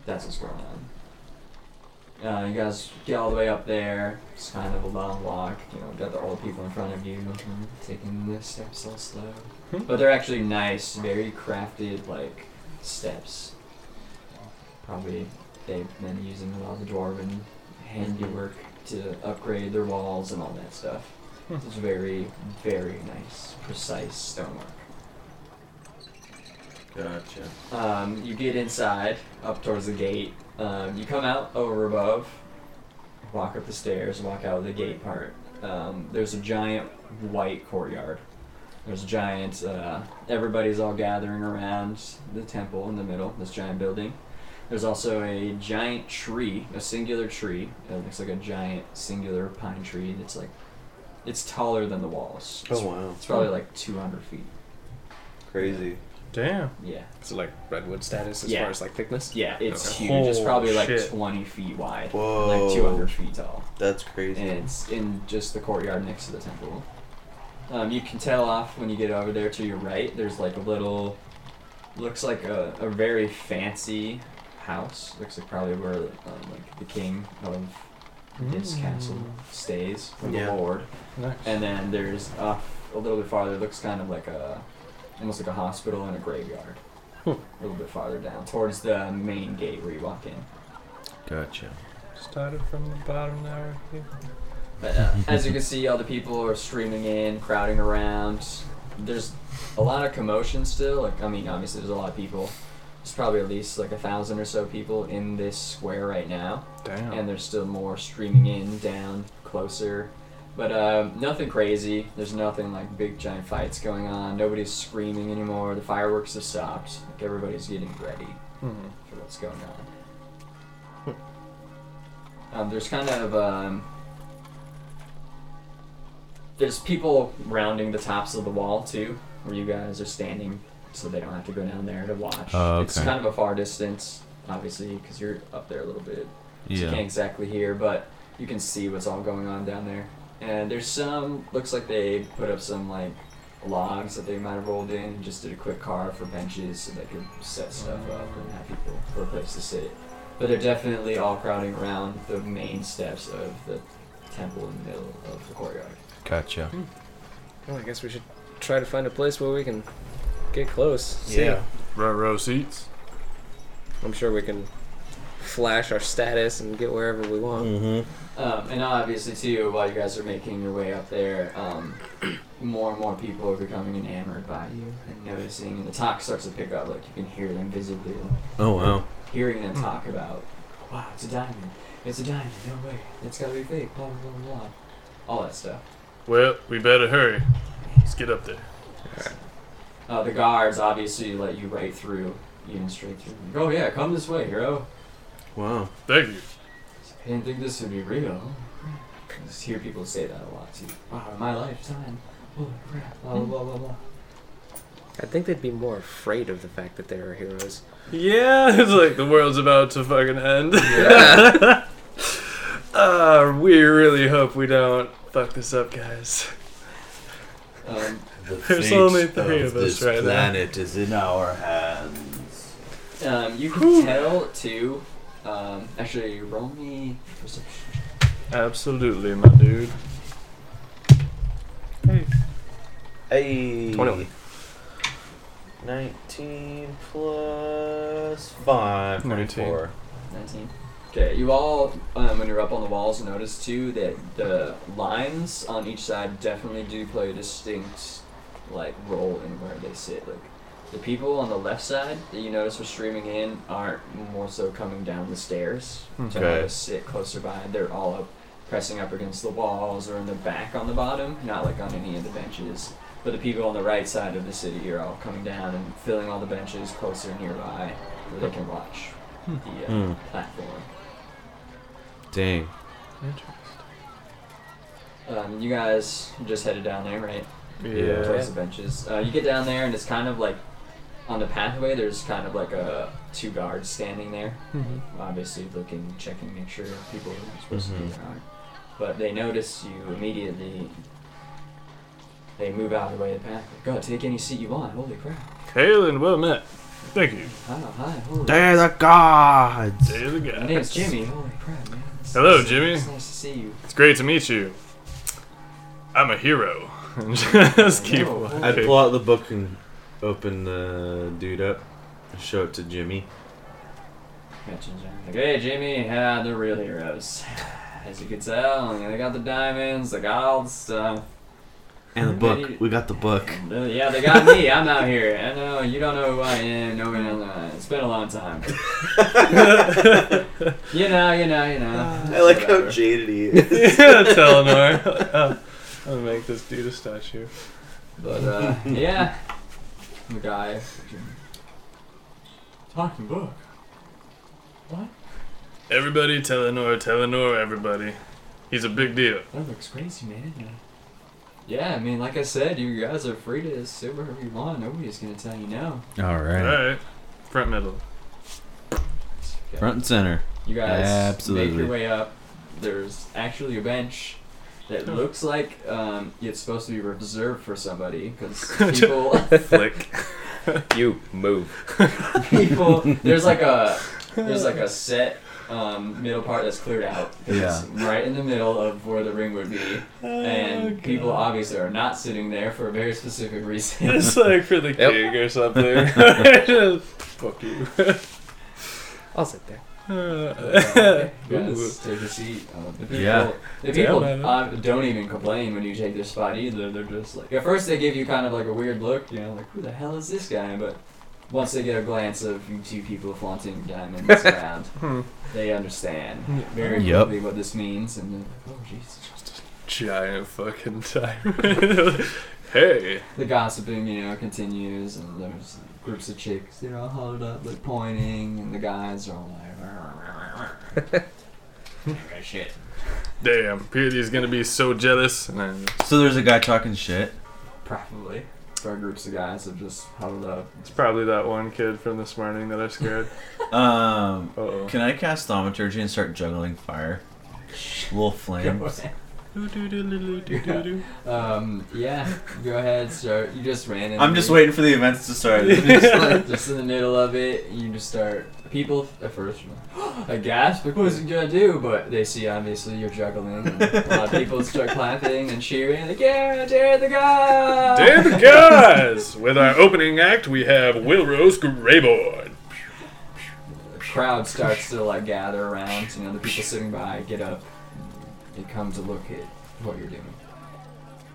S2: That's what's going on. Uh, you guys get all the way up there. It's kind of a long walk. You know, got the old people in front of you, taking their steps all slow.
S5: Hmm.
S2: But they're actually nice, very crafted, like steps. Probably they've been using a lot of dwarven handiwork to upgrade their walls and all that stuff. It's very, very nice, precise stonework.
S3: Gotcha.
S2: Um, you get inside, up towards the gate. Um, you come out over above, walk up the stairs, walk out of the gate part. Um, there's a giant white courtyard. There's a giant, uh, everybody's all gathering around the temple in the middle, this giant building. There's also a giant tree, a singular tree. It looks like a giant singular pine tree that's like, it's taller than the walls.
S3: Oh,
S2: It's,
S5: wow.
S2: it's probably like 200 feet.
S3: Crazy.
S5: Damn.
S2: Yeah.
S5: Is it like redwood status as
S2: Yeah.
S5: far as like thickness?
S2: Yeah, it's
S1: Okay.
S2: huge. It's
S1: Holy
S2: probably
S1: shit.
S2: like 20 feet wide,
S3: Whoa.
S2: like 200 feet tall.
S3: That's crazy.
S2: And it's in just the courtyard next to the temple. Um, you can tell off when you get over there to your right, there's like a little, looks like a, a very fancy house. Looks like probably where um, like the king of this
S1: Mm.
S2: castle stays, or
S5: Yeah.
S2: the lord.
S5: Nice.
S2: And then there's off a little bit farther, looks kind of like a, almost like a hospital and a graveyard.
S5: Hmm.
S2: A little bit farther down, towards the main gate where you walk in.
S3: Gotcha.
S1: Started from the bottom now.
S2: But uh, as you can see, all the people are streaming in, crowding around. There's a lot of commotion still. Like, I mean, obviously, there's a lot of people. There's probably at least like a thousand or so people in this square right now,
S5: Damn.
S2: and there's still more streaming in, down, closer. But um, nothing crazy. There's nothing like big giant fights going on. Nobody's screaming anymore. The fireworks have stopped. Like everybody's getting ready
S7: Hmm.
S5: Mhm.
S2: for what's going on. Um, there's kind of um, there's people rounding the tops of the wall too, where you guys are standing, so they don't have to go down there to watch.
S7: Oh,
S2: It's
S7: okay.
S2: kind of a far distance, obviously, because you're up there a little bit. So you can't
S7: Yeah.
S2: exactly hear, but you can see what's all going on down there. And there's some looks like they put up some like logs that they might have rolled in and just did a quick carve for benches so they could set stuff up and have people for a place to sit. But they're definitely all crowding around the main steps of the temple in the middle of the courtyard.
S7: Gotcha.
S5: Well, I guess we should try to find a place where we can get close. See.
S3: Yeah.
S1: Row row seats.
S5: I'm sure we can flash our status and get wherever we want.
S3: Mm-hmm.
S2: Um, and obviously, too, while you guys are making your way up there, um, more and more people are becoming enamored by you and noticing, and the talk starts to pick up. Like you can hear them visibly, like,
S3: Oh wow.
S2: hearing them talk about, "Wow, it's a diamond! It's a diamond! No way! It's gotta be fake!" Blah blah blah blah. All that stuff.
S1: Well, we better hurry. Let's get up there.
S2: Uh, the guards obviously let you right through, even straight through. Like, oh yeah, come this way, hero.
S3: Wow.
S1: Thank you.
S2: I didn't think this would be real. I just hear people say that a lot too. Wow, in my lifetime. Holy crap! Blah blah blah blah. blah.
S5: I think they'd be more afraid of the fact that there are heroes.
S1: Yeah, it's like the world's about to fucking end. uh, we really hope we don't fuck this up, guys.
S2: Um,
S3: The
S1: There's
S3: fate
S1: only three of us
S3: this
S1: right now.
S3: planet is in our hands.
S2: Um, you can tell too. Um, actually, roll me perception.
S1: Absolutely, my dude. Hey.
S3: Hey.
S5: 21.
S3: 19 plus 5.
S1: 19.
S3: 24.
S2: 19. Okay, you all, um, when you're up on the walls, notice too that the lines on each side definitely do play a distinct, like, role in where they sit. Like, the people on the left side that you notice were streaming in aren't more so coming down the stairs to
S3: Okay.
S2: how to sit closer by. They're all up, pressing up against the walls or in the back on the bottom, not like on any of the benches. But the people on the right side of the city are all coming down and filling all the benches closer nearby where they can watch the uh,
S3: Hmm.
S2: platform.
S7: Dang.
S2: Um, you guys just headed down there, right?
S1: Yeah.
S2: Towards the benches. Uh, you get down there, and it's kind of like on the pathway. There's kind of like a two guards
S1: Mm-hmm. Mm-hmm.
S2: standing there, obviously looking, checking, make sure people are supposed to be there. aren't. but they notice you immediately. They move out of the way of the pack. God, take any seat you want. Holy crap.
S1: Halen, well met. Thank you.
S2: Oh, hi, holy
S7: They're the gods.
S1: Day of the
S2: My
S1: God.
S2: name's Jimmy. Holy crap, man. It's
S1: Hello,
S2: nice to-
S1: Jimmy.
S2: It's nice to see you.
S1: It's great to meet you. I'm a hero. Just keep
S2: Whoa.
S1: walking.
S2: I'd
S8: I'd pull out the book and open the dude up and show it to Jimmy.
S2: Mention Jimmy. Like, hey, Jimmy, yeah, they're real heroes. As you can tell, they got the diamonds, they got all the stuff.
S8: And the
S2: Maybe-
S8: book. We got the book.
S2: And, uh, yeah, they got me. I'm out here. I know you don't know who I am. No one knows who I am. It's been a long time. you know, you know, you know.
S8: I like how
S2: Whatever.
S8: jaded he is.
S1: yeah, it's Eleanor. Uh, I'm gonna make this dude a statue.
S2: But uh, yeah, the guy. Talking book.
S1: Everybody, Telenor, Telenor, everybody. He's a big deal.
S2: That looks crazy, man. Uh, Yeah, I mean, like I said, you guys are free to sue wherever you want. Nobody's gonna tell you no.
S7: All
S1: All
S7: right.
S1: right, front middle.
S2: Okay.
S7: Front and center.
S2: You guys make
S7: Absolutely.
S2: your way up. There's actually a bench that looks like um, it's supposed to be reserved for somebody because people,
S1: Flick.
S5: You move.
S2: people. There's like a there's like a set um, middle part that's cleared out. 'cause it's Right in the middle of where the ring would be,
S1: Oh,
S2: and people obviously are not sitting there for a very specific reason.
S1: It's like for the
S5: Yep.
S1: king or something. Just, fuck you.
S5: I'll sit there.
S1: Uh,
S2: Okay, guys, take a seat. Uh, the people,
S7: Yeah.
S2: the people
S1: Damn, man.
S2: uh, don't even complain when you take their spot either. They're just like at first they give you kind of like a weird look, you know, like who the hell is this guy? But once they get a glance of you two people flaunting diamonds around,
S1: Hmm.
S2: they understand very
S7: Yep.
S2: quickly what this means, and they're like, oh jeez.
S1: Giant fucking tyrant. hey.
S2: The gossiping, you know, continues, and there's groups of chicks. They're all huddled up, like pointing, and the guys are all like. Shit.
S1: Damn, Peety's gonna be so jealous. And then,
S3: So there's a guy talking shit.
S2: Probably. Our groups of guys have just huddled up.
S1: it's probably that one kid from this morning that I scared.
S3: Um,
S1: Uh oh.
S3: can I cast thaumaturgy and start juggling fire? Little flames.
S2: Um, yeah, go ahead, start. You just ran in.
S3: I'm just waiting for the events to start. Just like-
S2: Just in the middle of it, you just start. People at first are like, I gasp, like, what is he gonna do? But they see obviously you're juggling, and a lot of people start clapping and cheering, like, yeah, dare the guy!
S1: Dear the guys! With our opening act, we have Wilrose Greyborn.
S2: The crowd starts to like gather around. You know, the people sitting by get up. They come to look at what you're doing,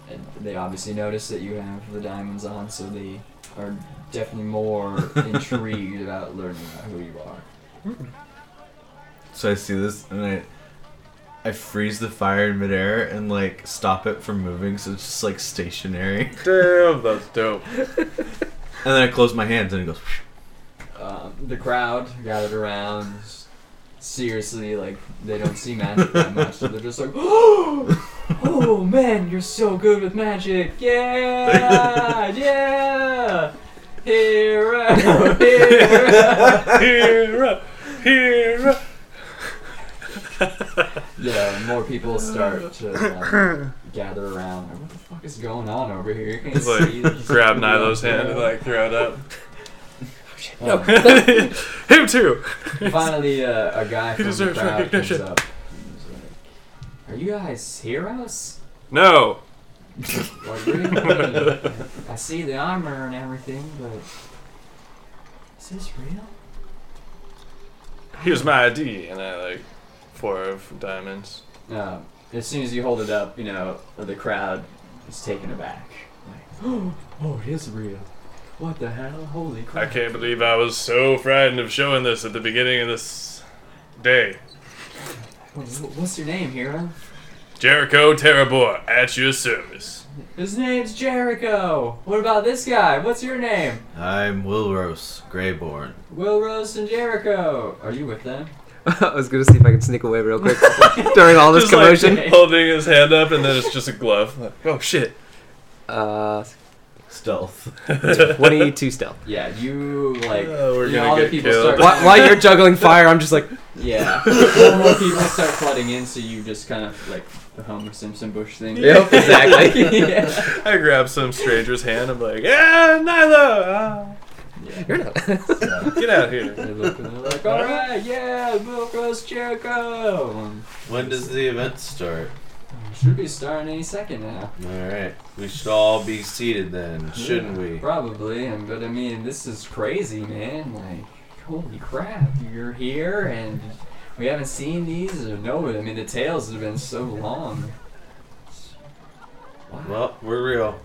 S2: and they obviously notice that you have the diamonds on, so they are definitely more intrigued about learning about who you are.
S3: So I see this and I I freeze the fire in midair and like stop it from moving so it's just like stationary.
S1: Damn, that's dope.
S3: And then I close my hands and it goes
S2: Um, the crowd gathered around. Seriously, like they don't see magic that much, so they're just like, "Oh, oh man, you're so good with magic! Yeah, yeah, uh, hero, hero!"
S1: Hero! Hero!
S2: Yeah, more people start to um, gather around. Like, what the fuck is going on over here? You can't
S1: It's
S2: see.
S1: like, grab Nilo's hand and like throw it up.
S2: Um,
S1: Him too!
S2: Finally, uh, a guy from the
S1: deserves
S2: crowd comes
S1: recognition.
S2: up. and he's like, Are you guys heroes?
S1: No!
S2: Like, really? I see the armor and everything, but is this real?
S1: Here's my ID. And I like, four of diamonds.
S2: Uh, as soon as you hold it up, you know the crowd is taken aback. Like, oh, it is real. What the hell? Holy
S1: I
S2: crap!
S1: can't believe I was so frightened of showing this at the beginning of this day.
S2: What- What's your name, hero?
S1: Jericho Terabor, at your service.
S2: His name's Jericho. What about this guy? What's your name?
S3: I'm Wilrose Greyborn.
S2: Will Rose and Jericho. Are you with them?
S5: I was gonna see if I could sneak away real quick during all this
S1: Just like
S5: commotion.
S1: holding his hand up, and then it's just a glove. Like, oh shit.
S5: Uh,
S3: Stealth.
S5: twenty-two stealth.
S2: Yeah, you like.
S1: Oh, we're
S2: you know,
S1: gonna
S2: all the
S1: get
S2: people
S1: killed.
S2: start.
S5: While, while you're juggling fire, I'm just like,
S2: You Yeah. More, more people start flooding in, so you just kind of like the Homer Simpson bush thing.
S5: Yep, exactly.
S2: yeah.
S1: I grab some stranger's hand. I'm like, yeah, Nyla,
S5: You're not.
S1: ah, get out of here.
S2: They look and they're like, all right, yeah, Bill Cross Jericho. Um,
S3: When does the event start?
S2: Should be starting any second now.
S3: Alright. We should all be seated then, shouldn't we?
S2: Probably, and- but I mean, this is crazy, man. Like, holy crap, you're here, and we haven't seen these or no. I mean, the tales have been so long.
S3: Well, we're real.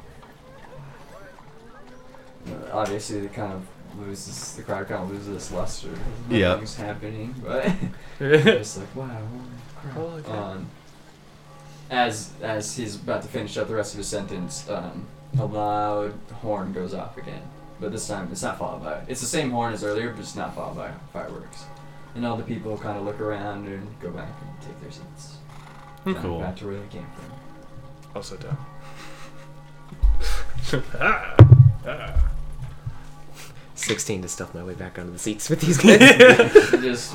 S2: Uh, obviously, it kind of loses the crowd kind of loses its luster.
S7: Yeah.
S2: Nothing's happening, but it's like, wow, holy
S1: Holy
S2: crap.
S1: crap.
S2: Um, as as he's about to finish up the rest of his sentence, um, a loud horn goes off again. But this time, it's not followed by. It's the same horn as earlier, but it's not followed by fireworks. And all the people kind of look around and go back and take their seats. Kind of
S7: Cool.
S2: Back to where they came from.
S1: I'll sit down. ah, ah.
S5: 16 to stuff my way back onto the seats with these guys.
S2: They just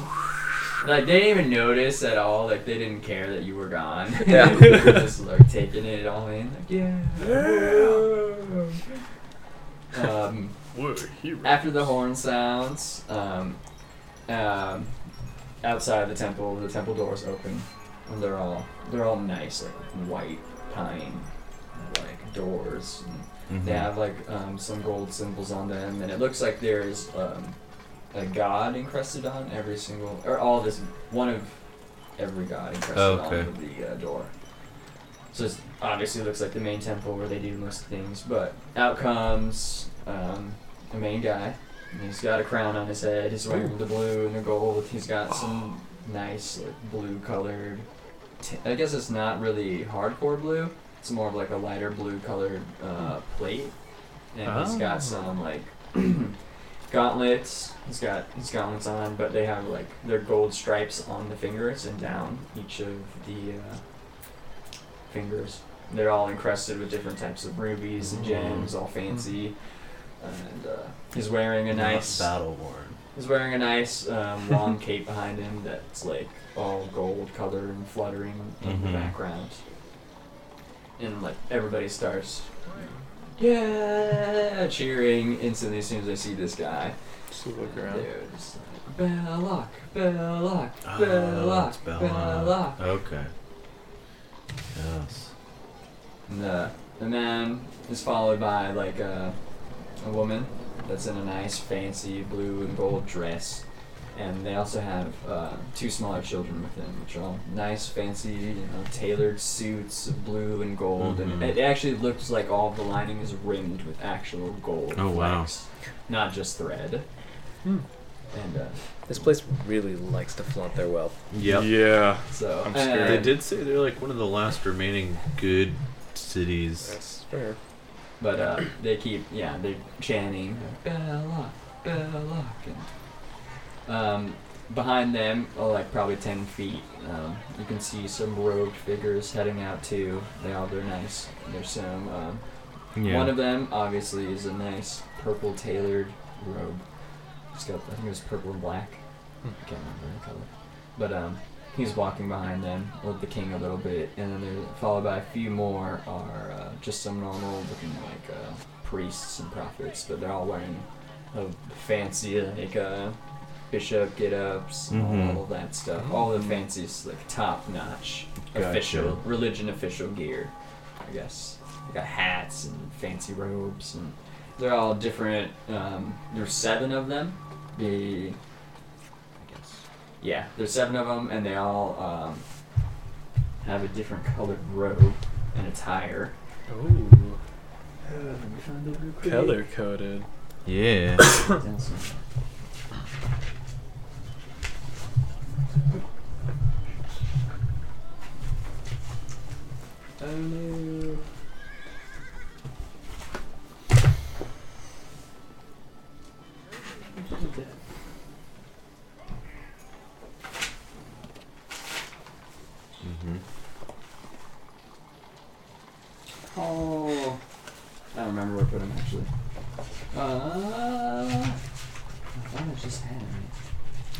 S2: like they didn't even notice at all. Like they didn't care that you were gone.
S5: Yeah.
S2: they were just like taking it all in. Like yeah. um,
S1: We're heroes.
S2: after the horn sounds, um, um, outside the temple, the temple doors open, and they're all they're all nice, like white pine, like doors. And
S3: Mm-hmm.
S2: They have like um, some gold symbols on them, and it looks like there's um, a god encrusted on every single, or all this one of every god encrusted
S7: Okay.
S2: on the uh, door. So it's obviously looks like the main temple where they do most things, but out comes um, the main guy. and He's got a crown on his head. He's wearing the blue and the gold. He's got some nice like, blue colored. T- I guess it's not really hardcore blue. It's more of like a lighter blue colored uh, plate, and he's
S1: Oh.
S2: got some like gauntlets. He's got his gauntlets on, but they have like their gold stripes on the fingers and down each of the uh, fingers. They're all encrusted with different types of rubies and gems, all fancy. And uh, he's wearing a nice
S3: battle worn.
S2: He's wearing a nice um, long cape behind him that's like all gold color and fluttering in the
S3: Mhm.
S2: background. And like everybody starts, yeah, cheering instantly as soon as they see this guy.
S1: Just look
S2: And
S1: around.
S2: They're just like, Belloc, Belloc,
S3: Oh,
S2: Belloc,
S3: it's
S2: Belloc.
S3: Belloc. Okay. Yes.
S2: And the, the man is followed by like a, a woman that's in a nice fancy blue and gold dress. And they also have uh, two smaller children with them, which are all nice, fancy, you know, tailored suits of blue and gold. And
S7: Mm-hmm.
S3: Mhm.
S2: it actually looks like all of the lining is rimmed with actual gold.
S7: Oh, wow.
S2: flecks, Not just thread.
S1: Hmm.
S2: And uh,
S5: this place really likes to flaunt their wealth.
S7: Yep.
S1: Yeah.
S2: so.
S1: I'm
S2: and-
S1: scared.
S8: They did say they're like one of the last remaining good cities.
S5: That's fair.
S2: But uh, they keep, yeah, they're chanting Belloc, Belloc, and um, behind them, oh, like probably ten feet, um, you can see some robed figures heading out too. They all they're nice. There's some. Um, One of them obviously is a nice purple tailored robe. It's got I think it was purple and black. I can't remember the color. But um, he's walking behind them with the king a little bit, and then they're followed by a few more are uh, just some normal looking like uh, priests and prophets, but they're all wearing a fancy like uh, bishop get ups,
S3: Mhm.
S2: all of that stuff, all the fanciest like top notch
S3: Gotcha.
S2: official religion official gear, I guess. They got hats and fancy robes, and they're all different. Um, there's seven of them. The I guess. Yeah, there's seven of them, and they all um, have a different colored robe and attire.
S1: Ooh,
S2: Uh, let me find it real quick.
S1: color coded.
S7: Yeah.
S2: Down some- Oh no.
S3: Mm-hmm.
S2: Oh, I don't remember where I put him actually. Uh, I thought I just had him.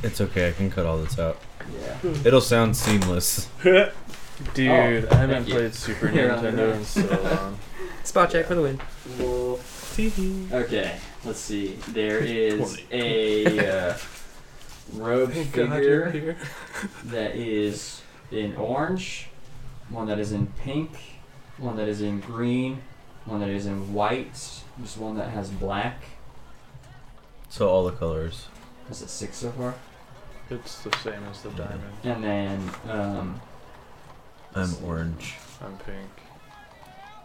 S3: It's okay. I can cut all this out.
S2: Yeah.
S3: It'll sound seamless.
S8: Dude,
S2: Oh,
S8: I haven't
S2: thank you.
S8: played Super
S2: You're on
S8: Nintendo
S2: that.
S8: in so long.
S5: Spot check for the win.
S2: Well, okay, let's see. There is a uh, robe figure
S1: here.
S2: that is in orange, one that is in pink, one that is in green, one that is in white, there's one that has black.
S3: So all the colors.
S2: That's it six so far.
S8: It's the same as the diamond.
S2: And then, um,
S3: I'm orange.
S8: I'm pink.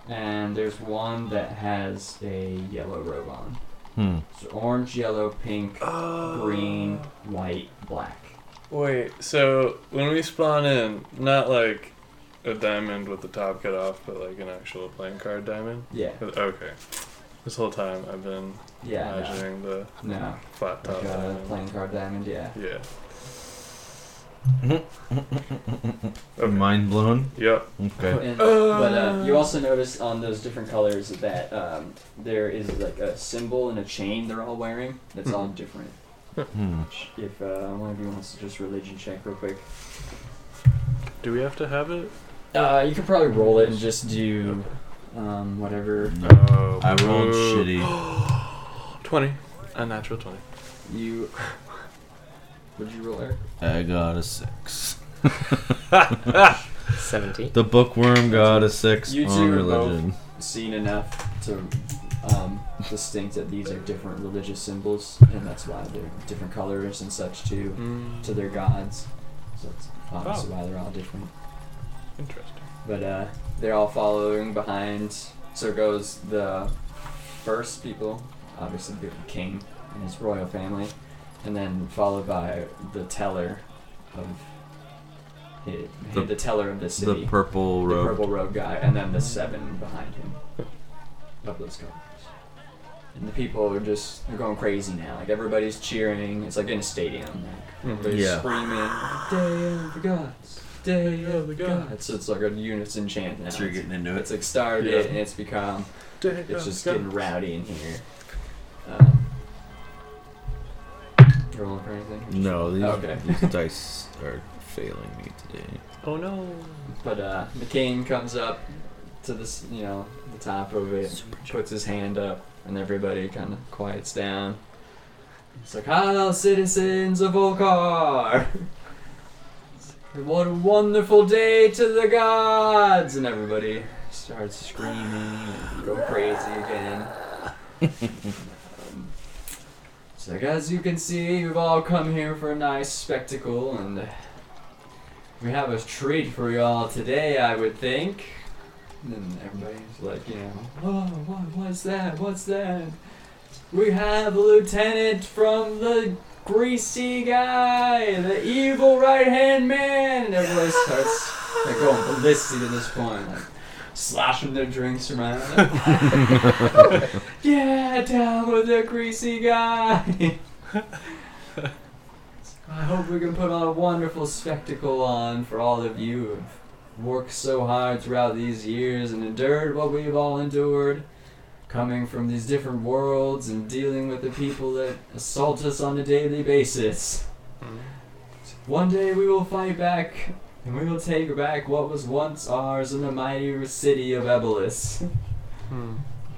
S2: and there's one that has a yellow robe on.
S3: Hmm.
S2: So orange, yellow, pink, Uh, green, white, black.
S8: Wait, so when we spawn in, not like a diamond with the top cut off, but like an actual playing card diamond?
S2: Yeah,
S8: Okay. This whole time I've been
S2: yeah,
S8: imagining the
S2: no. no.
S8: flat top
S2: Like a
S8: diamond.
S2: playing card diamond, yeah.
S8: Yeah. Mm-hmm. Okay.
S3: Mind blown.
S8: Yep.
S3: Okay.
S2: And- but uh, you also notice on those different colors that um, there is like a symbol and a chain they're all wearing that's all different.
S3: Hmm.
S2: If uh, one of you wants to just religion check real quick,
S8: Do we have to have it?
S2: uh, you can probably roll it and just do um, whatever
S8: No. Uh,
S3: I rolled shitty.
S8: 20. A natural 20.
S2: you. Would you roll, Eric?
S3: I got a six.
S5: 17.
S3: The bookworm got a six
S2: You
S3: on
S2: two are
S3: religion.
S2: Seen enough to um, distinct that these are different religious symbols, and that's why they're different colors and such too
S8: Mm,
S2: to their gods. So that's obviously why they're all different.
S8: interesting.
S2: But uh, they're all following behind. So goes the first people, obviously the king and his royal family, and then followed by the teller of hi- hi- the,
S3: The-
S2: teller of the
S3: The
S2: city,
S3: purple
S2: the
S3: robe.
S2: purple robe guy, and then the seven behind him of those colors. And the people are just they're going crazy now. Like everybody's cheering. It's like in a stadium. Everybody's
S3: Yeah.
S2: screaming, "Day of the gods, day of the gods." It's, it's like a unison chant now.
S3: So you're
S2: It's-
S3: getting into
S2: it's
S3: it.
S2: like started
S8: Yeah.
S2: and it's become it's just getting rowdy in here. Uh, you're rolling for anything?
S3: No, these,
S2: Okay.
S3: these dice are failing me today.
S5: Oh no.
S2: But uh, McCain comes up to this, you know, the top of it, puts his hand up, and everybody kind of quiets down. It's like, "Hail, citizens of Volcar! What a wonderful day to the gods!" And everybody starts screaming and go crazy again. Um, It's like, as you can see, we've all come here for a nice spectacle, and uh, we have a treat for y'all today, I would think. And then everybody's like, you know, oh, what, what's that? What's that? We have a lieutenant from the greasy guy, the evil right hand man. And everybody starts like, going ballistic at this point, like slashing their drinks around. yeah, down with the greasy guy. I hope we can put a wonderful spectacle on for all of you who've worked so hard throughout these years and endured what we've all endured, coming from these different worlds and dealing with the people that assault us on a daily basis.
S8: Mm-hmm.
S2: One day we will fight back, and we will take back what was once ours in the mighty city of Ebolus.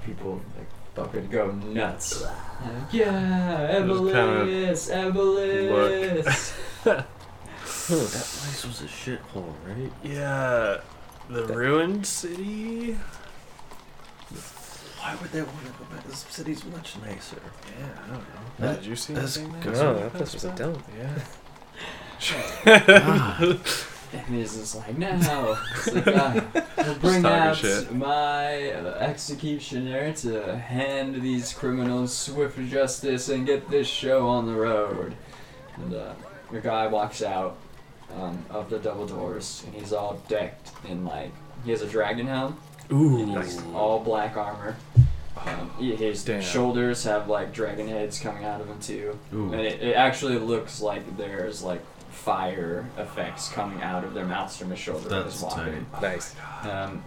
S2: People like fucking go nuts. Like, yeah,
S8: Just kinda
S2: Ebolus, Ebolus.
S5: Oh,
S3: That place was a shithole, right?
S8: Yeah. The ruined city?
S3: Why would they want to go back? This city's much nicer.
S8: Yeah, I don't know.
S3: That-
S8: Did you see
S3: that's
S8: anything
S3: good.
S8: there?
S5: No, that place was dumb.
S8: Yeah.
S9: Ah.
S2: And he's just like, no. It's like, uh, we'll bring
S8: talking
S2: out
S8: shit.
S2: my uh, executioner to hand these criminals swift justice and get this show on the road. And uh, your guy walks out um, of the double doors, and he's all decked in like he has a dragon helm. And he's all black armor. Um, he- his
S8: Damn.
S2: shoulders have like dragon heads coming out of them too, and it, it actually looks like there's like fire effects coming out of their mouths from his shoulder. when he's
S3: That's tight.
S2: walking.
S5: Nice.
S2: Um,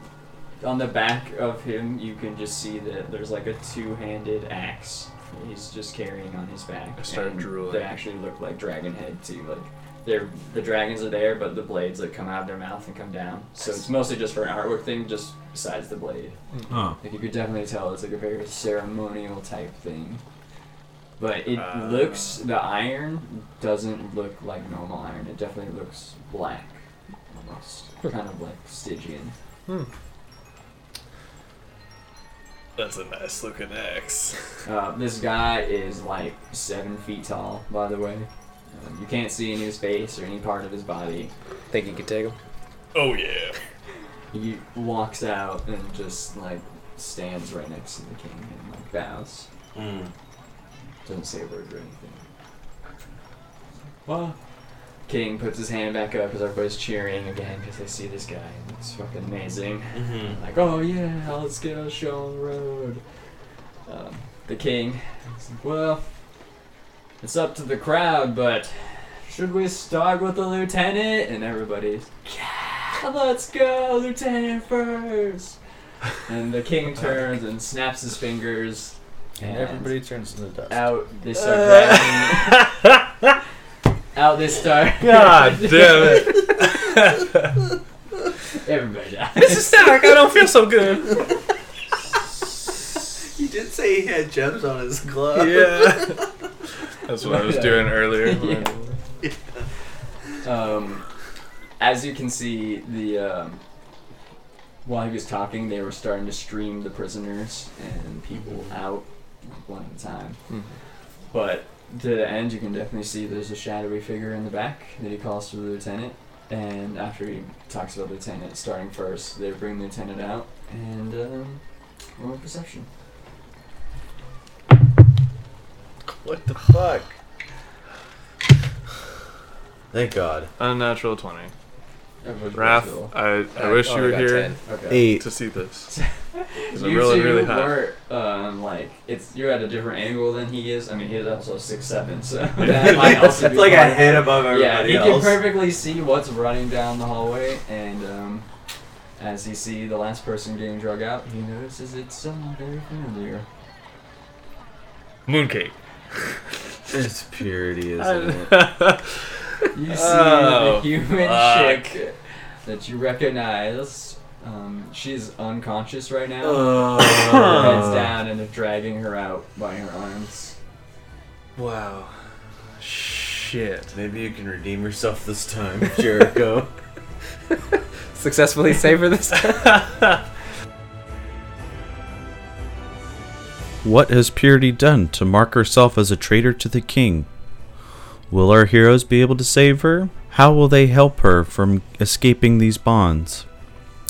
S2: on the back of him, you can just see that there's like a two-handed axe he's just carrying on his back.
S8: I start
S2: and
S8: drooling.
S2: They actually look like dragon head too. Like they're the dragons are there, but the blades like come out of their mouth and come down. So it's mostly just for an artwork thing, just besides the blade.
S3: Oh.
S2: Like you could definitely tell it's like a very ceremonial type thing. But it
S1: Uh.
S2: looks the iron doesn't look like normal iron. It definitely looks black. Almost. Kind of like Stygian.
S1: That's a nice looking axe.
S2: Uh, this guy is like seven feet tall, by the way. Um, you can't see any of his face or any part of his body.
S5: Think you could take him?
S1: Oh yeah.
S2: He walks out and just like stands right next to the king and like bows.
S3: Mm.
S2: Doesn't say a word or anything. Well, King puts his hand back up because everybody's cheering again because they see this guy. It's fucking amazing.
S3: Mm-hmm.
S2: Like, oh yeah, let's get a show on the road. Um, the king. is like, Well, it's up to the crowd, but should we start with the lieutenant? And everybody's, yeah, let's go, lieutenant first. And the king turns and snaps his fingers,
S9: And everybody turns into dust.
S2: out they start grabbing. out they start.
S1: God damn it.
S2: Everybody dies.
S1: Mrs. Stack, I don't feel so good.
S3: He did say he had gems on his glove.
S1: Yeah. That's what I was doing earlier.
S2: Yeah. Um, as you can see, the um, while he was talking, they were starting to stream the prisoners and people out like, one at a time.
S8: Mhm.
S2: But to the end, you can definitely see there's a shadowy figure in the back that he calls to the lieutenant. And after he talks about the lieutenant starting first, they bring the lieutenant out and um, roll a perception.
S9: What the fuck? Thank God.
S8: Unnatural 20.
S2: Everybody roll
S8: Raph,
S2: to roll.
S1: I, I wish you
S5: Oh, I
S1: were
S5: got
S1: here
S5: 10.
S2: Okay.
S7: Eight.
S8: To see this. Is it
S2: You
S8: really,
S2: two
S8: really high?
S2: were um, like it's you're at a different angle than he is. I mean, he's also six seven, so that might also be
S3: it's like
S2: part
S3: a
S2: of-
S3: head above
S2: Yeah,
S3: everybody
S2: he can
S3: else.
S2: perfectly see what's running down the hallway, and um, as he see the last person getting drug out, he notices it's someone very familiar.
S1: Mooncake.
S9: It's purity,
S2: You see
S1: Oh,
S2: the human
S1: fuck.
S2: chick that you recognize. Um, she's unconscious right now. her head's down, and they're dragging her out by her arms.
S1: wow. Shit.
S9: Maybe you can redeem yourself this time, Jericho.
S5: Successfully save her this time?
S7: What has Purity done to mark herself as a traitor to the king? Will our heroes be able to save her? How will they help her from escaping these bonds?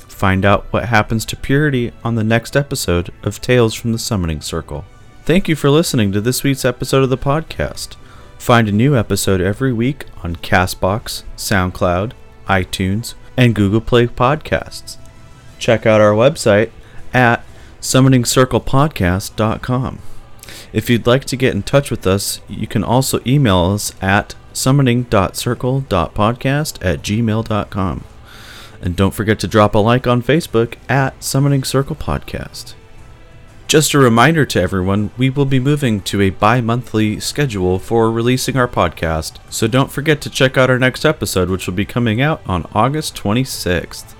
S7: Find out what happens to Purity on the next episode of Tales from the Summoning Circle. Thank you for listening to this week's episode of the podcast. Find a new episode every week on Castbox, SoundCloud, iTunes, and Google Play Podcasts. Check out our website at summoningcirclepodcast.com. If you'd like to get in touch with us, you can also email us at summoning.circle.podcast at gmail.com. And don't forget to drop a like on Facebook at Summoning Circle Podcast. Just a reminder to everyone, we will be moving to a bi monthly schedule for releasing our podcast, so don't forget to check out our next episode, which will be coming out on August 26th.